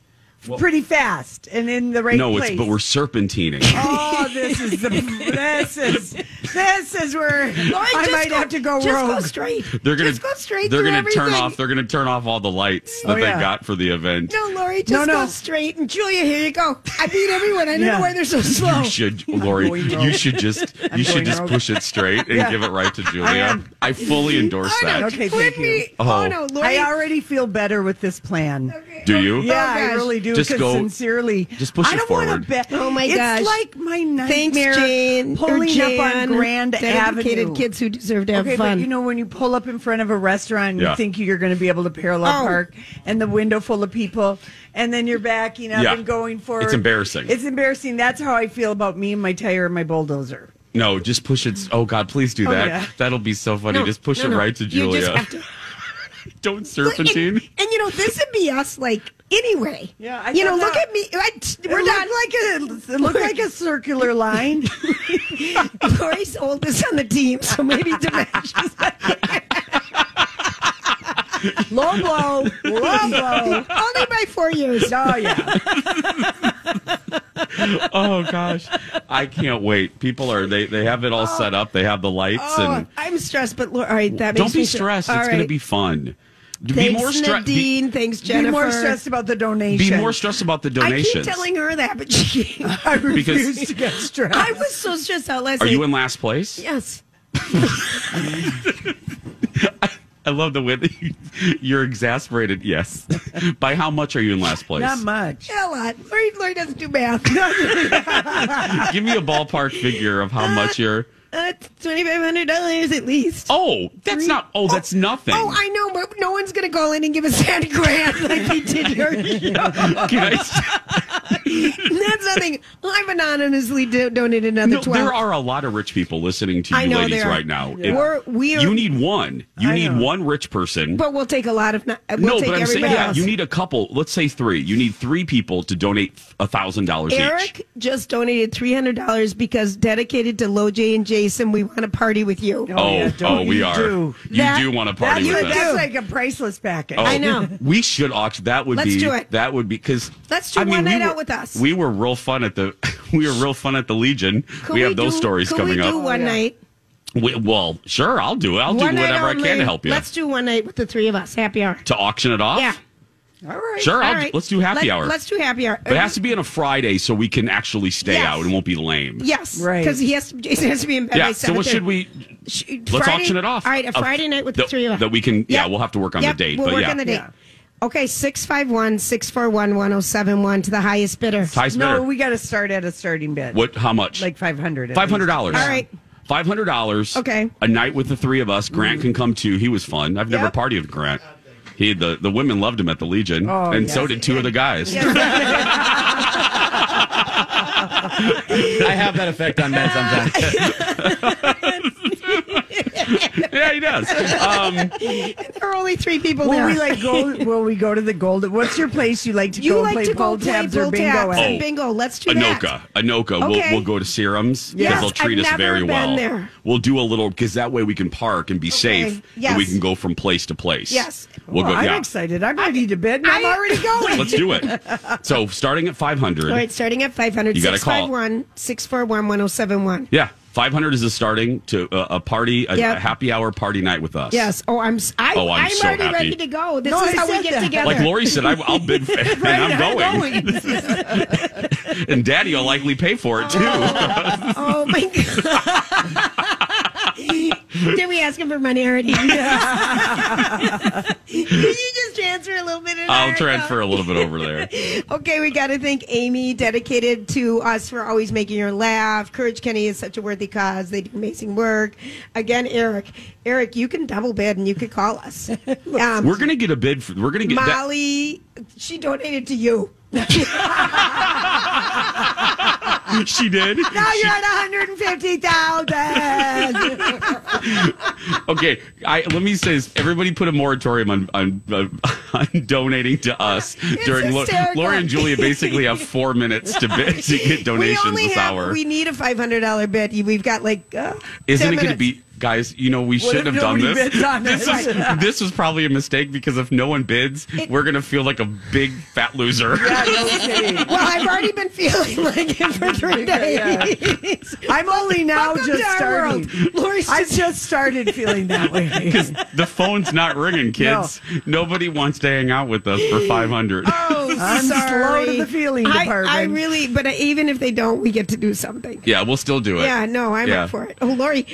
Speaker 2: pretty fast, and in the right
Speaker 7: no,
Speaker 2: place.
Speaker 7: it's but we're serpentining.
Speaker 2: Oh, this is the this is this is where
Speaker 3: Lori,
Speaker 2: I
Speaker 3: just
Speaker 2: might
Speaker 3: go-
Speaker 2: have to go
Speaker 3: Just go
Speaker 2: rogue.
Speaker 3: straight.
Speaker 7: They're gonna
Speaker 3: just go straight.
Speaker 7: They're
Speaker 3: through
Speaker 7: gonna turn
Speaker 3: everything.
Speaker 7: off. They're gonna turn off all the lights that
Speaker 2: yeah.
Speaker 7: they got for the event.
Speaker 3: No, Lori, just
Speaker 2: No, no.
Speaker 3: go straight. And Julia, here you go. I beat everyone. I don't
Speaker 2: Yeah.
Speaker 3: know why they're so slow.
Speaker 7: You should, Lori.
Speaker 2: going
Speaker 7: You
Speaker 2: rogue.
Speaker 7: should just you should
Speaker 2: going
Speaker 7: just
Speaker 2: rogue.
Speaker 7: push it straight and give it right to Julia.
Speaker 2: am.
Speaker 7: I, fully endorse
Speaker 3: Oh, no,
Speaker 7: that.
Speaker 2: Okay,
Speaker 3: quit
Speaker 2: thank you.
Speaker 3: me.
Speaker 7: Oh.
Speaker 3: Oh, no, Lori. Oh,
Speaker 2: I already feel better with this plan.
Speaker 7: Do you?
Speaker 2: Yeah, I
Speaker 3: gosh.
Speaker 2: really do.
Speaker 7: Just
Speaker 2: Because
Speaker 7: go-
Speaker 2: sincerely,
Speaker 7: just push
Speaker 2: I
Speaker 7: it
Speaker 2: don't wanna
Speaker 7: forward.
Speaker 2: bet-
Speaker 3: Oh, my
Speaker 2: it's
Speaker 3: gosh.
Speaker 2: It's like my
Speaker 3: Thanks,
Speaker 2: nightmare
Speaker 3: Jane. or
Speaker 2: pulling up on
Speaker 3: Jan.
Speaker 2: Grand
Speaker 3: Dedicated
Speaker 2: Avenue.
Speaker 3: kids who deserve to have
Speaker 2: okay,
Speaker 3: fun.
Speaker 2: but you know when you pull up in front of a restaurant, and
Speaker 7: Yeah.
Speaker 2: you think you're going to be able to parallel
Speaker 3: Oh.
Speaker 2: park, and the window full of people, and then you're backing up
Speaker 7: Yeah.
Speaker 2: and going forward.
Speaker 7: It's embarrassing.
Speaker 2: It's embarrassing. That's how I feel about me and my tire and my bulldozer.
Speaker 7: No, just push it. Oh God, please do that.
Speaker 2: yeah.
Speaker 7: That'll be so funny.
Speaker 3: No,
Speaker 7: just push
Speaker 3: no,
Speaker 7: it
Speaker 3: no.
Speaker 7: right to
Speaker 3: You
Speaker 7: Julia.
Speaker 3: just have to-
Speaker 7: Don't
Speaker 3: and,
Speaker 7: serpentine.
Speaker 3: and, you know, this would be us, like, anyway.
Speaker 2: Yeah, I
Speaker 3: you know,
Speaker 2: thought
Speaker 3: look
Speaker 2: that-
Speaker 3: at me. I,
Speaker 2: We're
Speaker 3: we're
Speaker 2: it
Speaker 3: not
Speaker 2: looked like a it looked like a circular line.
Speaker 3: Lori's oldest on the team, so maybe dementia's
Speaker 2: Low blow, low blow.
Speaker 3: only by four years.
Speaker 2: Oh yeah.
Speaker 7: oh gosh, I can't wait. People are they they have it all set up. They have the lights
Speaker 3: Oh,
Speaker 7: and
Speaker 3: I'm stressed, but Lori, all right, that
Speaker 7: don't
Speaker 3: makes
Speaker 7: be
Speaker 3: me so-
Speaker 7: stressed.
Speaker 3: all
Speaker 7: it's going to
Speaker 3: right.
Speaker 7: be fun. be
Speaker 3: Thanks,
Speaker 7: more stressed. Be,
Speaker 3: Nadine. Thanks, Jennifer.
Speaker 2: Be more stressed about the donation.
Speaker 7: be more stressed about the
Speaker 3: I
Speaker 7: donations.
Speaker 3: keep telling her that, but she.
Speaker 2: I refuse
Speaker 7: Because-
Speaker 2: to get stressed.
Speaker 3: I was so stressed out last
Speaker 7: are
Speaker 3: night.
Speaker 7: you in last place?
Speaker 3: Yes.
Speaker 7: I love the way that you, you're exasperated. Yes. By how much are you in last place?
Speaker 2: Not much.
Speaker 3: Yeah, a lot. Lori, Lori doesn't do math.
Speaker 7: Give me a ballpark figure of how much you're.
Speaker 3: Uh, $2,500 at least.
Speaker 7: Oh, that's not. Oh, that's nothing.
Speaker 3: Oh, I know, but no one's going to call in and give us that grand like he did your
Speaker 7: Can I s-
Speaker 3: That's nothing. I've anonymously do- donated another
Speaker 7: no,
Speaker 3: 12.
Speaker 7: there are a lot of rich people listening to
Speaker 3: I
Speaker 7: you
Speaker 3: know
Speaker 7: ladies
Speaker 3: there are.
Speaker 7: right now.
Speaker 3: Yeah. We're- we are-
Speaker 7: you need one. You need one rich person.
Speaker 3: but we'll take a lot of. Not, we'll
Speaker 7: no,
Speaker 3: take
Speaker 7: but I'm saying,
Speaker 3: everybody
Speaker 7: yeah,
Speaker 3: else.
Speaker 7: you need a couple. Let's say three. You need three people to donate a thousand dollars each.
Speaker 3: Eric just donated three hundred dollars because dedicated to Loj and Jason, we want to party with you.
Speaker 7: Oh,
Speaker 2: yeah,
Speaker 7: oh,
Speaker 2: don't
Speaker 7: we
Speaker 2: you
Speaker 7: are.
Speaker 2: do.
Speaker 7: You
Speaker 3: That-
Speaker 7: do want to
Speaker 2: That's,
Speaker 7: party with
Speaker 2: like,
Speaker 7: us.
Speaker 2: that's like a priceless package.
Speaker 7: Oh,
Speaker 3: I know.
Speaker 7: We should auction. That would
Speaker 3: Let's
Speaker 7: be.
Speaker 3: do it.
Speaker 7: That would be because.
Speaker 3: Let's do one night out with us.
Speaker 7: We were real fun at the. We were real fun at the Legion.
Speaker 3: Could
Speaker 7: we have those
Speaker 3: do-
Speaker 7: stories
Speaker 3: could
Speaker 7: coming
Speaker 3: we do
Speaker 7: up.
Speaker 3: one night.
Speaker 7: We- well, sure, I'll do it. I'll
Speaker 3: one
Speaker 7: do
Speaker 3: night
Speaker 7: whatever I
Speaker 3: only.
Speaker 7: can to help you
Speaker 3: Let's do one night with the three of us. Happy hour.
Speaker 7: to auction it off.
Speaker 3: Yeah.
Speaker 2: All right.
Speaker 7: Sure,
Speaker 3: All
Speaker 7: I'll,
Speaker 3: right.
Speaker 7: let's do happy
Speaker 3: Let-
Speaker 7: hour.
Speaker 3: Let's do happy hour.
Speaker 7: but it has to be on a Friday so we can actually stay
Speaker 3: Yes.
Speaker 7: out and won't be lame.
Speaker 3: Yes,
Speaker 2: Right.
Speaker 3: Because he has to, Jason has to be in bed.
Speaker 7: Yeah,
Speaker 3: by
Speaker 7: so what
Speaker 3: 7:30.
Speaker 7: should we-
Speaker 3: Sh-
Speaker 7: Let's
Speaker 3: Friday-
Speaker 7: auction it off.
Speaker 3: All right, a
Speaker 7: Uh,
Speaker 3: Friday night with the
Speaker 7: that-
Speaker 3: three of us
Speaker 7: that we can- yeah,
Speaker 3: Yep.
Speaker 7: we'll have to work on the
Speaker 3: Yep,
Speaker 7: date,
Speaker 3: We'll
Speaker 7: but
Speaker 3: work
Speaker 7: yeah.
Speaker 3: on the date.
Speaker 2: Yeah.
Speaker 3: Okay, 651 641 1071 to the highest bidder.
Speaker 7: Ty's
Speaker 2: No,
Speaker 7: better.
Speaker 2: we got to start at a starting bid.
Speaker 7: what? How much?
Speaker 2: Like five hundred.
Speaker 7: Five hundred dollars.
Speaker 3: All right.
Speaker 7: Five hundred dollars.
Speaker 3: Okay.
Speaker 7: A night with the three of us. Grant can come too. He was fun. I've never
Speaker 2: Yep.
Speaker 7: partied with Grant. He the the women loved him at the Legion,
Speaker 2: Oh,
Speaker 7: and
Speaker 2: yes.
Speaker 7: so did two of the guys.
Speaker 8: I have that effect on men sometimes.
Speaker 7: yeah, he does. Um,
Speaker 3: There are only three people
Speaker 2: Will
Speaker 3: there.
Speaker 2: we like go? Will we go to the gold? What's your place? You like to
Speaker 3: you
Speaker 2: go
Speaker 3: like
Speaker 2: play
Speaker 3: to go
Speaker 2: pull
Speaker 3: play
Speaker 2: tabs
Speaker 3: bull
Speaker 2: or bingo?
Speaker 3: tabs
Speaker 2: at?
Speaker 3: and bingo. Let's do that.
Speaker 7: Anoka, Anoka. We'll,
Speaker 3: Okay.
Speaker 7: we'll go to serums because
Speaker 3: Yes,
Speaker 7: they'll treat
Speaker 3: I've
Speaker 7: us
Speaker 3: never
Speaker 7: very
Speaker 3: been
Speaker 7: well.
Speaker 3: there.
Speaker 7: We'll do a little because that way we can park and be safe.
Speaker 3: Yes.
Speaker 7: And we can go from place to place.
Speaker 3: Yes.
Speaker 7: We'll
Speaker 2: Oh,
Speaker 7: go.
Speaker 2: I'm
Speaker 7: yeah.
Speaker 2: excited. I'm ready to bed. And I'm
Speaker 3: I-
Speaker 2: already going.
Speaker 7: Let's do it. So starting at five hundred.
Speaker 3: All right, starting at 500
Speaker 7: You gotta call.
Speaker 3: 651 641 1071.
Speaker 7: Yeah, five hundred is the starting to uh, a party, a,
Speaker 3: Yep.
Speaker 7: a happy hour party night with us.
Speaker 3: Yes. Oh, I'm s- I,
Speaker 7: Oh, I'm
Speaker 3: I'm
Speaker 7: so
Speaker 3: already
Speaker 7: happy.
Speaker 3: ready to go. This
Speaker 2: No,
Speaker 3: is
Speaker 2: I
Speaker 3: how we
Speaker 2: said
Speaker 3: get
Speaker 2: that.
Speaker 3: together.
Speaker 7: Like Lori said, I, I'll bid, and I'm going.
Speaker 2: This is
Speaker 7: And Daddy will likely pay for it too.
Speaker 3: oh my god. Did we ask him for money already? Did you just transfer a little bit? in
Speaker 7: I'll
Speaker 3: our
Speaker 7: transfer a
Speaker 3: account?
Speaker 7: little bit over there.
Speaker 3: Okay, we got to thank Amy, dedicated to us for always making her laugh. Courage Kenny is such a worthy cause. They do amazing work. Again, Eric. Eric, you can double bid and you could call us. Um,
Speaker 7: We're gonna get a bid. For, we're gonna get that-
Speaker 3: Molly, she donated to you. now
Speaker 7: she did.
Speaker 3: Oh, you're at 150,000.
Speaker 7: Okay, I, let me say this. Everybody put a moratorium on on, on, on donating to us during Lo-
Speaker 3: hysterical.
Speaker 7: Laura and Julia basically have four minutes to bid to get donations
Speaker 3: we only
Speaker 7: this
Speaker 3: have,
Speaker 7: hour.
Speaker 3: We need a $500 bid. We've got like uh,
Speaker 7: Isn't
Speaker 3: 10
Speaker 7: it going to
Speaker 3: minutes.
Speaker 7: be, guys? You know, we shouldn't
Speaker 2: if
Speaker 7: have done
Speaker 2: nobody
Speaker 7: this.
Speaker 2: bids on
Speaker 7: this,
Speaker 2: it?
Speaker 7: is, this was probably a mistake because if no one bids, we're going to feel like a big fat loser.
Speaker 3: Well, I've already been feeling like it for three days.
Speaker 2: I'm only now
Speaker 3: Welcome
Speaker 2: just
Speaker 3: to our
Speaker 2: starting.
Speaker 3: world. Lori's
Speaker 2: I
Speaker 3: just-
Speaker 2: just started feeling that way.
Speaker 7: Because the phone's not ringing, kids. Nobody wants to hang out with us for 500.
Speaker 3: Oh,
Speaker 2: I'm slow
Speaker 3: sorry.
Speaker 2: to the feeling
Speaker 3: I-
Speaker 2: department.
Speaker 3: I, really, but even if they don't, we get to do something.
Speaker 7: Yeah, we'll still do it.
Speaker 3: Yeah, no, I'm
Speaker 7: Yeah.
Speaker 3: up for it. Oh, Lori,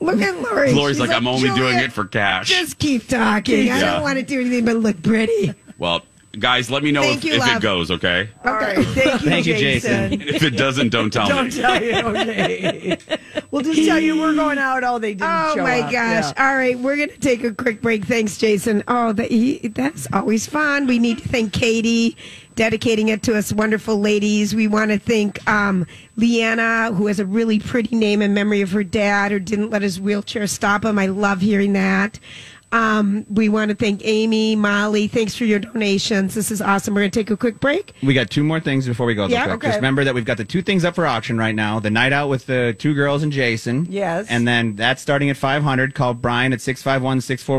Speaker 3: look at Lori.
Speaker 7: Lori's
Speaker 3: She's
Speaker 7: like, I'm only doing
Speaker 3: "Julia,
Speaker 7: it for cash.
Speaker 3: Just keep talking. I
Speaker 7: Yeah.
Speaker 3: don't want to do anything but look pretty.
Speaker 7: Well, guys, let me know
Speaker 3: Thank
Speaker 7: if,
Speaker 3: you,
Speaker 7: if it
Speaker 3: love.
Speaker 7: goes, okay?
Speaker 2: All right, thank you,
Speaker 8: Thank you,
Speaker 2: Jason.
Speaker 8: Jason.
Speaker 7: If it doesn't, don't tell
Speaker 2: Don't
Speaker 7: me.
Speaker 2: tell you, okay? we'll just tell you we're going out. Oh, they didn't
Speaker 3: Oh
Speaker 2: show
Speaker 3: my
Speaker 2: up.
Speaker 3: gosh!
Speaker 2: Yeah.
Speaker 3: All right, we're gonna take a quick break. Thanks, Jason. Oh, that he, that's always fun. We need to thank Katie, dedicating it to us, wonderful ladies. We want to thank um, Leanna, who has a really pretty name in memory of her dad, who didn't let his wheelchair stop him. I love hearing that. Um, we want to thank Amy, Molly. Thanks for your donations. This is awesome. We're gonna take a quick break.
Speaker 8: We got two more things before we go.
Speaker 3: Yeah,
Speaker 8: Yeah, quick.
Speaker 3: okay.
Speaker 8: Just remember that we've got the two things up for auction right now: the night out with the two girls and Jason.
Speaker 2: Yes.
Speaker 8: And then that's starting at 500. Call Brian at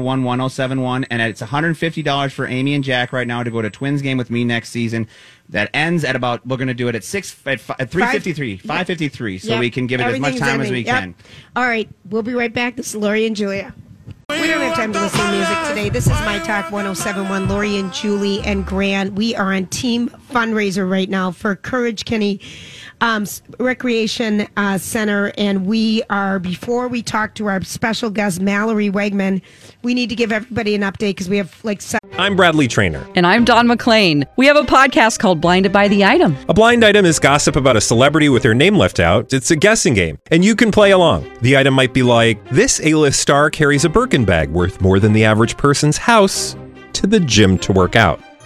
Speaker 8: 651-641-1071. and it's 150 dollars for Amy and Jack right now to go to Twins game with me next season. That ends at about we're going to do it at six at, fi- at 353, 553, so
Speaker 3: Yep.
Speaker 8: we can give it as much
Speaker 3: Everything's
Speaker 8: time as we
Speaker 3: ending. Yep.
Speaker 8: can.
Speaker 3: All right, we'll be right back. This is Lori and Julia. We don't have time to listen to music today. This is My Talk 1071. Lori and Julie and Grant. We are on team fundraiser right now for Courage Kenny um, s- Recreation uh, Center. And we are, before we talk to our special guest, Mallory Wegman, we need to give everybody an update because we have like se-
Speaker 9: I'm Bradley Trainer.
Speaker 10: And I'm Don McClain. We have a podcast called Blinded by the Item.
Speaker 9: A blind item is gossip about a celebrity with their name left out. It's a guessing game, and you can play along. The item might be like this: A-list star carries a Birkin bag worth more than the average person's house to the gym to work out.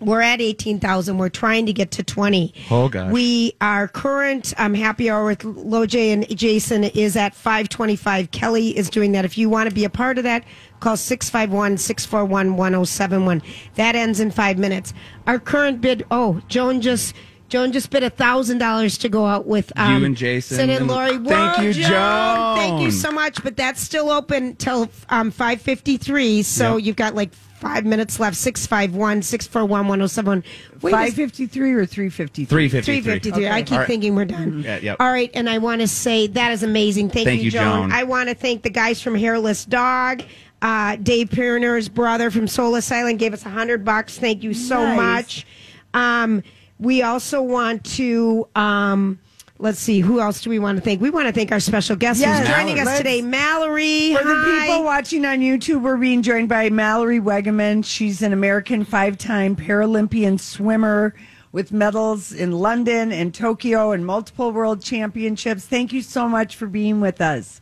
Speaker 3: We're at 18,000. We're trying to get to 20.
Speaker 8: Oh, gosh.
Speaker 3: We are current. Um, happy hour with Loj and Jason is at 525. Kelly is doing that. If you want to be a part of that, call 651 641 1071. That ends in five minutes. Our current bid, oh, Joan just. Joan just bid a thousand dollars to go out with um,
Speaker 8: and Jason
Speaker 3: Sin and
Speaker 8: and-
Speaker 3: Lori.
Speaker 8: Thank
Speaker 3: Whoa,
Speaker 8: you,
Speaker 3: Joan. Thank you
Speaker 8: Joan.
Speaker 3: so much, but that's still open till um, five fifty three. So you've got like five minutes left. Six five one six four one one zero seven one.
Speaker 2: Five fifty-three or three fifty-three?
Speaker 8: Three fifty
Speaker 3: Three fifty
Speaker 8: three.
Speaker 3: three. I keep
Speaker 8: All right.
Speaker 3: thinking we're done.
Speaker 8: Yeah, yep.
Speaker 3: All right, and I want to say that is amazing. Thank,
Speaker 8: Thank
Speaker 3: you,
Speaker 8: you,
Speaker 3: Joan.
Speaker 8: Joan.
Speaker 3: I want to thank the guys from Hairless Dog. Uh, Dave Pirner's brother from Soul Asylum gave us a hundred bucks. Thank you so
Speaker 2: Nice.
Speaker 3: much. Um, we also want to. Um, Let's see. Who else do we want to thank? We want to thank our special guest
Speaker 2: Yes.
Speaker 3: who's joining us
Speaker 2: Mallory.
Speaker 3: today, Mallory.
Speaker 2: For the
Speaker 3: Hi.
Speaker 2: people watching on YouTube, we're being joined by Mallory Wegeman. She's an American five time Paralympian swimmer with medals in London and Tokyo and multiple world championships. Thank you so much for being with us.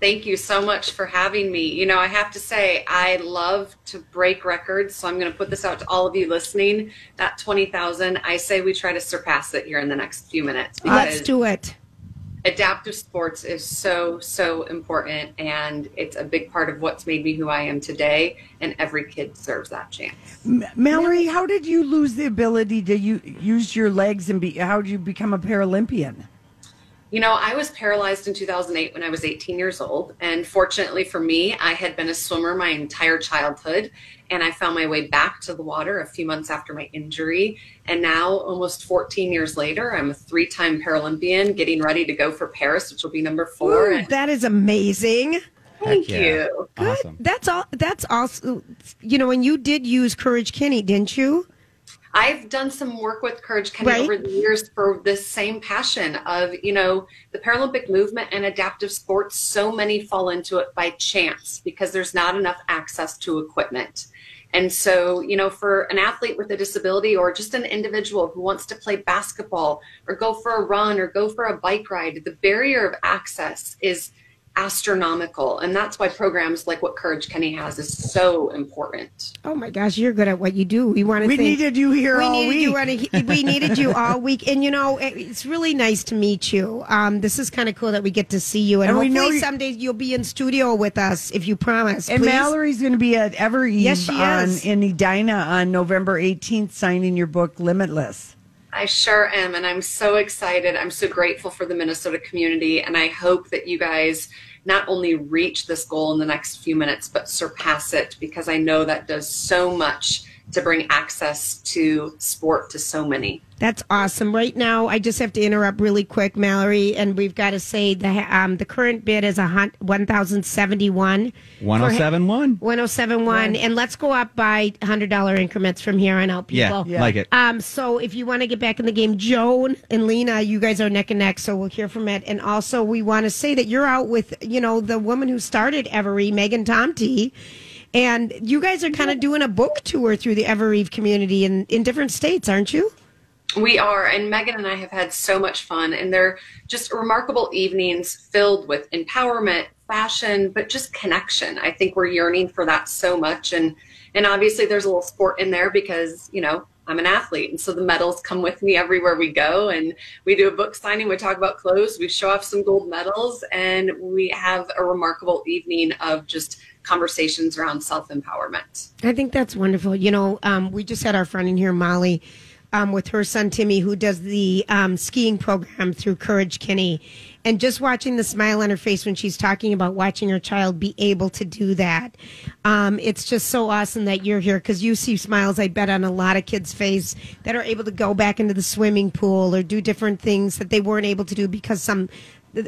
Speaker 10: Thank you so much for having me. You know, I have to say, I love to break records, so I'm going to put this out to all of you listening. That 20,000, I say we try to surpass it here in the next few minutes.
Speaker 3: Let's
Speaker 2: Uh,
Speaker 3: do it.
Speaker 10: adaptive sports is so so important and it's a big part of what's made me who i am today and every kid deserves that chance
Speaker 2: Mallory, how did you lose the ability to u- use your legs and be, how did you become a Paralympian?
Speaker 10: You know, I was paralyzed in 2008 when I was 18 years old. And fortunately for me, I had been a swimmer my entire childhood. And I found my way back to the water a few months after my injury. And now, almost 14 years later, I'm a three time Paralympian getting ready to go for Paris, which will be number four.
Speaker 3: Ooh,
Speaker 10: And
Speaker 3: that is amazing.
Speaker 10: thank
Speaker 8: yeah.
Speaker 10: you.
Speaker 3: Good. That's all. That's also. You know, and you did use Courage Kenny, didn't you?
Speaker 10: I've done some work with Courage Kenny
Speaker 3: Right.
Speaker 10: over the years for this same passion of, you know, the Paralympic movement and adaptive sports. So many fall into it by chance because there's not enough access to equipment. And so, you know, for an athlete with a disability or just an individual who wants to play basketball or go for a run or go for a bike ride, the barrier of access is astronomical. And that's why programs like what Courage Kenny has is so important.
Speaker 3: Oh my gosh, you're good at what you do. We want to.
Speaker 2: We
Speaker 3: thank-
Speaker 2: needed you here
Speaker 3: We
Speaker 2: all
Speaker 3: needed you
Speaker 2: week.
Speaker 3: on a- we needed you all week, and you know it- it's really nice to meet you. Um, this is kind of cool that we get to see you, and,
Speaker 2: And we
Speaker 3: hopefully
Speaker 2: know you-
Speaker 3: someday you'll be in studio with us if you promise.
Speaker 2: And
Speaker 3: please.
Speaker 2: Mallory's going to be at Ever Eve
Speaker 3: Yes, she
Speaker 2: on,
Speaker 3: is.
Speaker 2: in Edina on November 18th, signing your book, Limitless.
Speaker 10: I sure am, and I'm so excited. I'm so grateful for the Minnesota community, and I hope that you guys not only reach this goal in the next few minutes, but surpass it because I know that does so much to bring access to sport to so many.
Speaker 3: That's awesome. Right now, I just have to interrupt really quick, Mallory, and we've got to say the um, the current bid is a hun- 1,071.
Speaker 8: 1071.
Speaker 3: 1071 and let's go up by $100 increments from here on out
Speaker 8: Yeah,
Speaker 3: people.
Speaker 8: like it.
Speaker 3: Um, so if you want to get back in the game, Joan and Lena, you guys are neck and neck, so we'll hear from it. And also, we want to say that you're out with, you know, the woman who started Evereve, Megan Tomte, and you guys are kind of doing a book tour through the Evereve community in, in different states, aren't you?
Speaker 10: We are, and Megan and I have had so much fun, and they're just remarkable evenings filled with empowerment, fashion, but just connection. I think we're yearning for that so much, and and obviously there's a little sport in there because you know I'm an athlete, and so the medals come with me everywhere we go, and we do a book signing, we talk about clothes, we show off some gold medals, and we have a remarkable evening of just conversations around self empowerment.
Speaker 3: I think that's wonderful. You know, um, we just had our friend in here, Molly, um, with her son Timmy, who does the um, skiing program through Courage Kinney. And just watching the smile on her face when she's talking about watching her child be able to do that, um, it's just so awesome that you're here because you see smiles, I bet, on a lot of kids' face that are able to go back into the swimming pool or do different things that they weren't able to do because some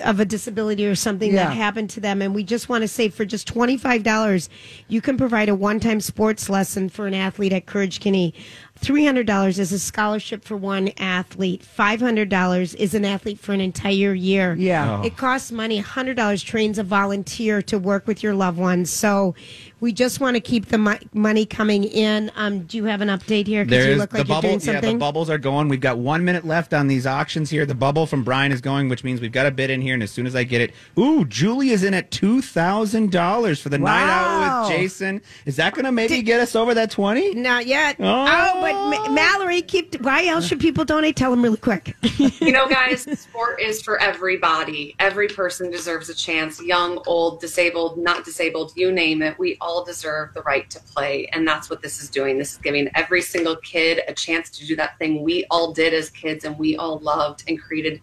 Speaker 3: of a disability or something that
Speaker 2: Yeah.
Speaker 3: happened happened to them. And we just want to say for just $25, you can provide a one time sports lesson for an athlete at Courage Kinney. $300 is a scholarship for one athlete. $500 is an athlete for an entire year.
Speaker 2: Yeah.
Speaker 3: It costs money. $100 trains a volunteer to work with your loved ones. So we just want to keep the mo- money coming in. Um, do you have an update here? Because
Speaker 8: There
Speaker 3: you
Speaker 8: is
Speaker 3: look like
Speaker 8: the
Speaker 3: you're doing
Speaker 8: bubble. Yeah,
Speaker 3: something.
Speaker 8: the bubbles are going. We've got one minute left on these auctions here. The bubble from Brian is going, which means we've got a bid in here. And as soon as I get it, ooh, Julia's in at two thousand dollars for the night out
Speaker 2: Wow.
Speaker 8: with Jason. Is that going to maybe get us over that twenty?
Speaker 3: Not yet.
Speaker 8: Oh.
Speaker 3: oh but Ma- Mallory, keep. Why else should people donate? Tell them really quick.
Speaker 10: you know, guys, sport is for everybody. Every person deserves a chance young, old, disabled, not disabled, you name it. We all deserve the right to play. And that's what this is doing. This is giving every single kid a chance to do that thing we all did as kids and we all loved and created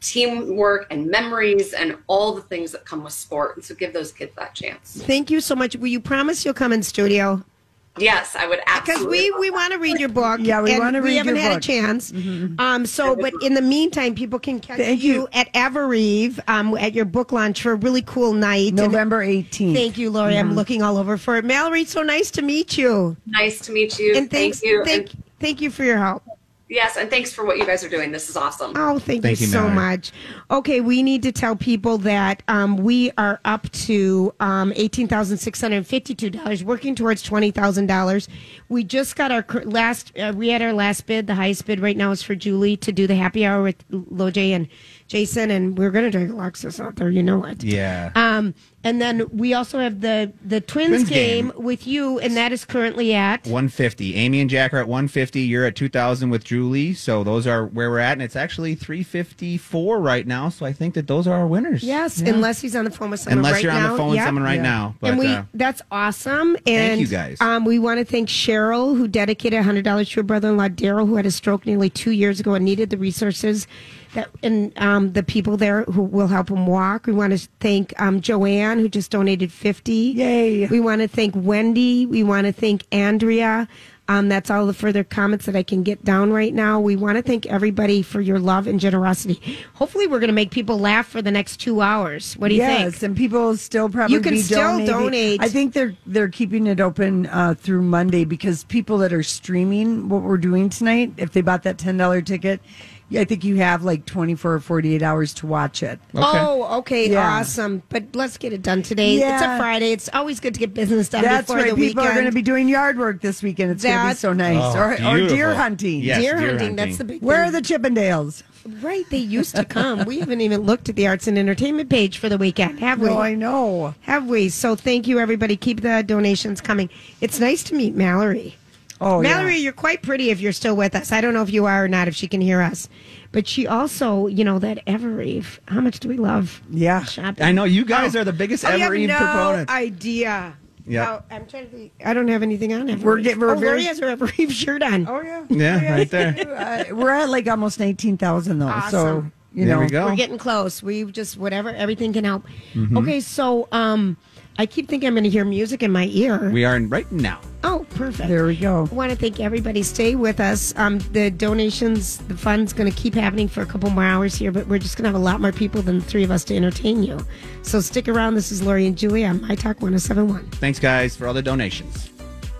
Speaker 10: teamwork and memories and all the things that come with sport. And so give those kids that chance.
Speaker 3: Thank you so much. Will you promise you'll come in studio?
Speaker 10: Yes, I would
Speaker 3: Because
Speaker 10: absolutely.
Speaker 3: we,
Speaker 10: love
Speaker 3: we
Speaker 10: that.
Speaker 3: want to read your book.
Speaker 2: Yeah, we
Speaker 3: and
Speaker 2: wanna
Speaker 3: We
Speaker 2: read
Speaker 3: haven't
Speaker 2: your
Speaker 3: had a
Speaker 2: book. Mm-hmm,
Speaker 3: chance. Um, so, but in the meantime, people can catch
Speaker 2: Thank
Speaker 3: you,
Speaker 2: you.
Speaker 3: at Evereve um, at your book launch for a really cool night.
Speaker 2: November Mm-hmm. 18th.
Speaker 3: And thank you, Lori. I'm looking all over for it. Mallory, so nice to meet you.
Speaker 10: nice to meet you.
Speaker 3: And
Speaker 10: thank
Speaker 3: thanks,
Speaker 10: you.
Speaker 3: Thank,
Speaker 10: and,
Speaker 3: thank you for your help.
Speaker 10: yes, and thanks for what you guys are doing. This is awesome.
Speaker 3: Oh, thank,
Speaker 8: Thank
Speaker 3: you,
Speaker 8: you,
Speaker 3: so
Speaker 8: Mallory.
Speaker 3: much. Okay, we need to tell people that um, we are up to um, eighteen thousand six hundred fifty-two dollars, working towards twenty thousand dollars. We just got our cur- last. Uh, we had our last bid. The highest bid right now is for Julie to do the happy hour with Loj and Jason, and we're gonna drink Alexis out there. You know it.
Speaker 8: Yeah.
Speaker 3: Um, and then we also have the the twins,
Speaker 8: Twins
Speaker 3: game,
Speaker 8: game.
Speaker 3: with you, and that is currently at.
Speaker 8: 150. Amy and Jack are at 150. You're at 2,000 with Julie. So those are where we're at. And it's actually 354 right now. So I think that those are our winners.
Speaker 3: Yes, unless he's on the phone with someone
Speaker 8: Unless
Speaker 3: right
Speaker 8: you're on
Speaker 3: now.
Speaker 8: the phone with
Speaker 3: Yep.
Speaker 8: someone right now. But
Speaker 3: and we
Speaker 8: uh,
Speaker 3: that's awesome. And
Speaker 8: you, guys.
Speaker 3: Um, we want to thank Cheryl, who dedicated hundred dollars to her brother-in-law Daryl, who had a stroke nearly two years ago and needed the resources that and um, the people there who will help him walk. We want to thank um, Joanne who just donated fifty.
Speaker 2: Yay.
Speaker 3: We want to thank Wendy. We want to thank Andrea. Um, that's all the further comments that I can get down right now. We want to thank everybody for your love and generosity. Hopefully, we're going to make people laugh for the next two hours. What do you
Speaker 2: yes,
Speaker 3: think?
Speaker 2: and people still probably
Speaker 3: You can
Speaker 2: be
Speaker 3: still
Speaker 2: donating.
Speaker 3: donate.
Speaker 2: I think they're they're keeping it open uh, through Monday because people that are streaming what we're doing tonight, if they bought that ten dollar ticket, I think you have like twenty four or forty eight hours to watch it.
Speaker 3: Oh, okay,
Speaker 2: Yeah.
Speaker 3: awesome. But let's get it done today. It's
Speaker 2: Yeah.
Speaker 3: a Friday. It's always good to get business done
Speaker 2: That's
Speaker 3: before
Speaker 2: right.
Speaker 3: the
Speaker 2: People are going to
Speaker 3: weekend.
Speaker 2: be doing yard work this weekend. It's going to be
Speaker 3: That-
Speaker 2: so nice. or, or deer
Speaker 8: Oh, beautiful.
Speaker 2: hunting.
Speaker 8: Yes,
Speaker 3: deer,
Speaker 8: deer
Speaker 3: hunting,
Speaker 8: hunting.
Speaker 3: That's the big.
Speaker 2: Where are
Speaker 3: thing.
Speaker 2: the Chippendales?
Speaker 3: right? They used to come. we haven't even looked at the arts and entertainment page for the weekend, have we?
Speaker 2: No, Oh, I know.
Speaker 3: Have we? So thank you, everybody. Keep the donations coming. It's nice to meet Mallory.
Speaker 2: Oh, yeah.
Speaker 3: Mallory, you're quite pretty if you're still with us. I don't know if you are or not, if she can hear us. But she also, you know, that Evereve. How much do we love?
Speaker 2: Yeah.
Speaker 3: shopping?
Speaker 8: I know you guys are the biggest
Speaker 3: Oh, you have
Speaker 8: ever Eve
Speaker 3: no
Speaker 8: proponents.
Speaker 3: idea.
Speaker 8: Yeah.
Speaker 3: How- I'm trying to think. I don't have anything on. Evereve.
Speaker 2: We're get- we're
Speaker 3: oh,
Speaker 2: very-
Speaker 3: Lori has her Evereve shirt on.
Speaker 2: Oh yeah.
Speaker 8: yeah, right there.
Speaker 2: Uh, we're at like almost nineteen thousand though. So
Speaker 3: Awesome.
Speaker 2: you
Speaker 8: there
Speaker 2: know
Speaker 8: we go.
Speaker 3: We're getting close. We just whatever everything can help.
Speaker 2: Mm-hmm.
Speaker 3: Okay, so um, I keep thinking I'm going to hear music in my ear.
Speaker 8: we are in right now.
Speaker 3: oh, perfect.
Speaker 2: There we go.
Speaker 3: I want to thank everybody. Stay with us. Um, the donations, the funds, going to keep happening for a couple more hours here, but we're just going to have a lot more people than the three of us to entertain you. So stick around. This is Lori and Julia on My Talk 1071.
Speaker 8: Thanks, guys, for all the donations.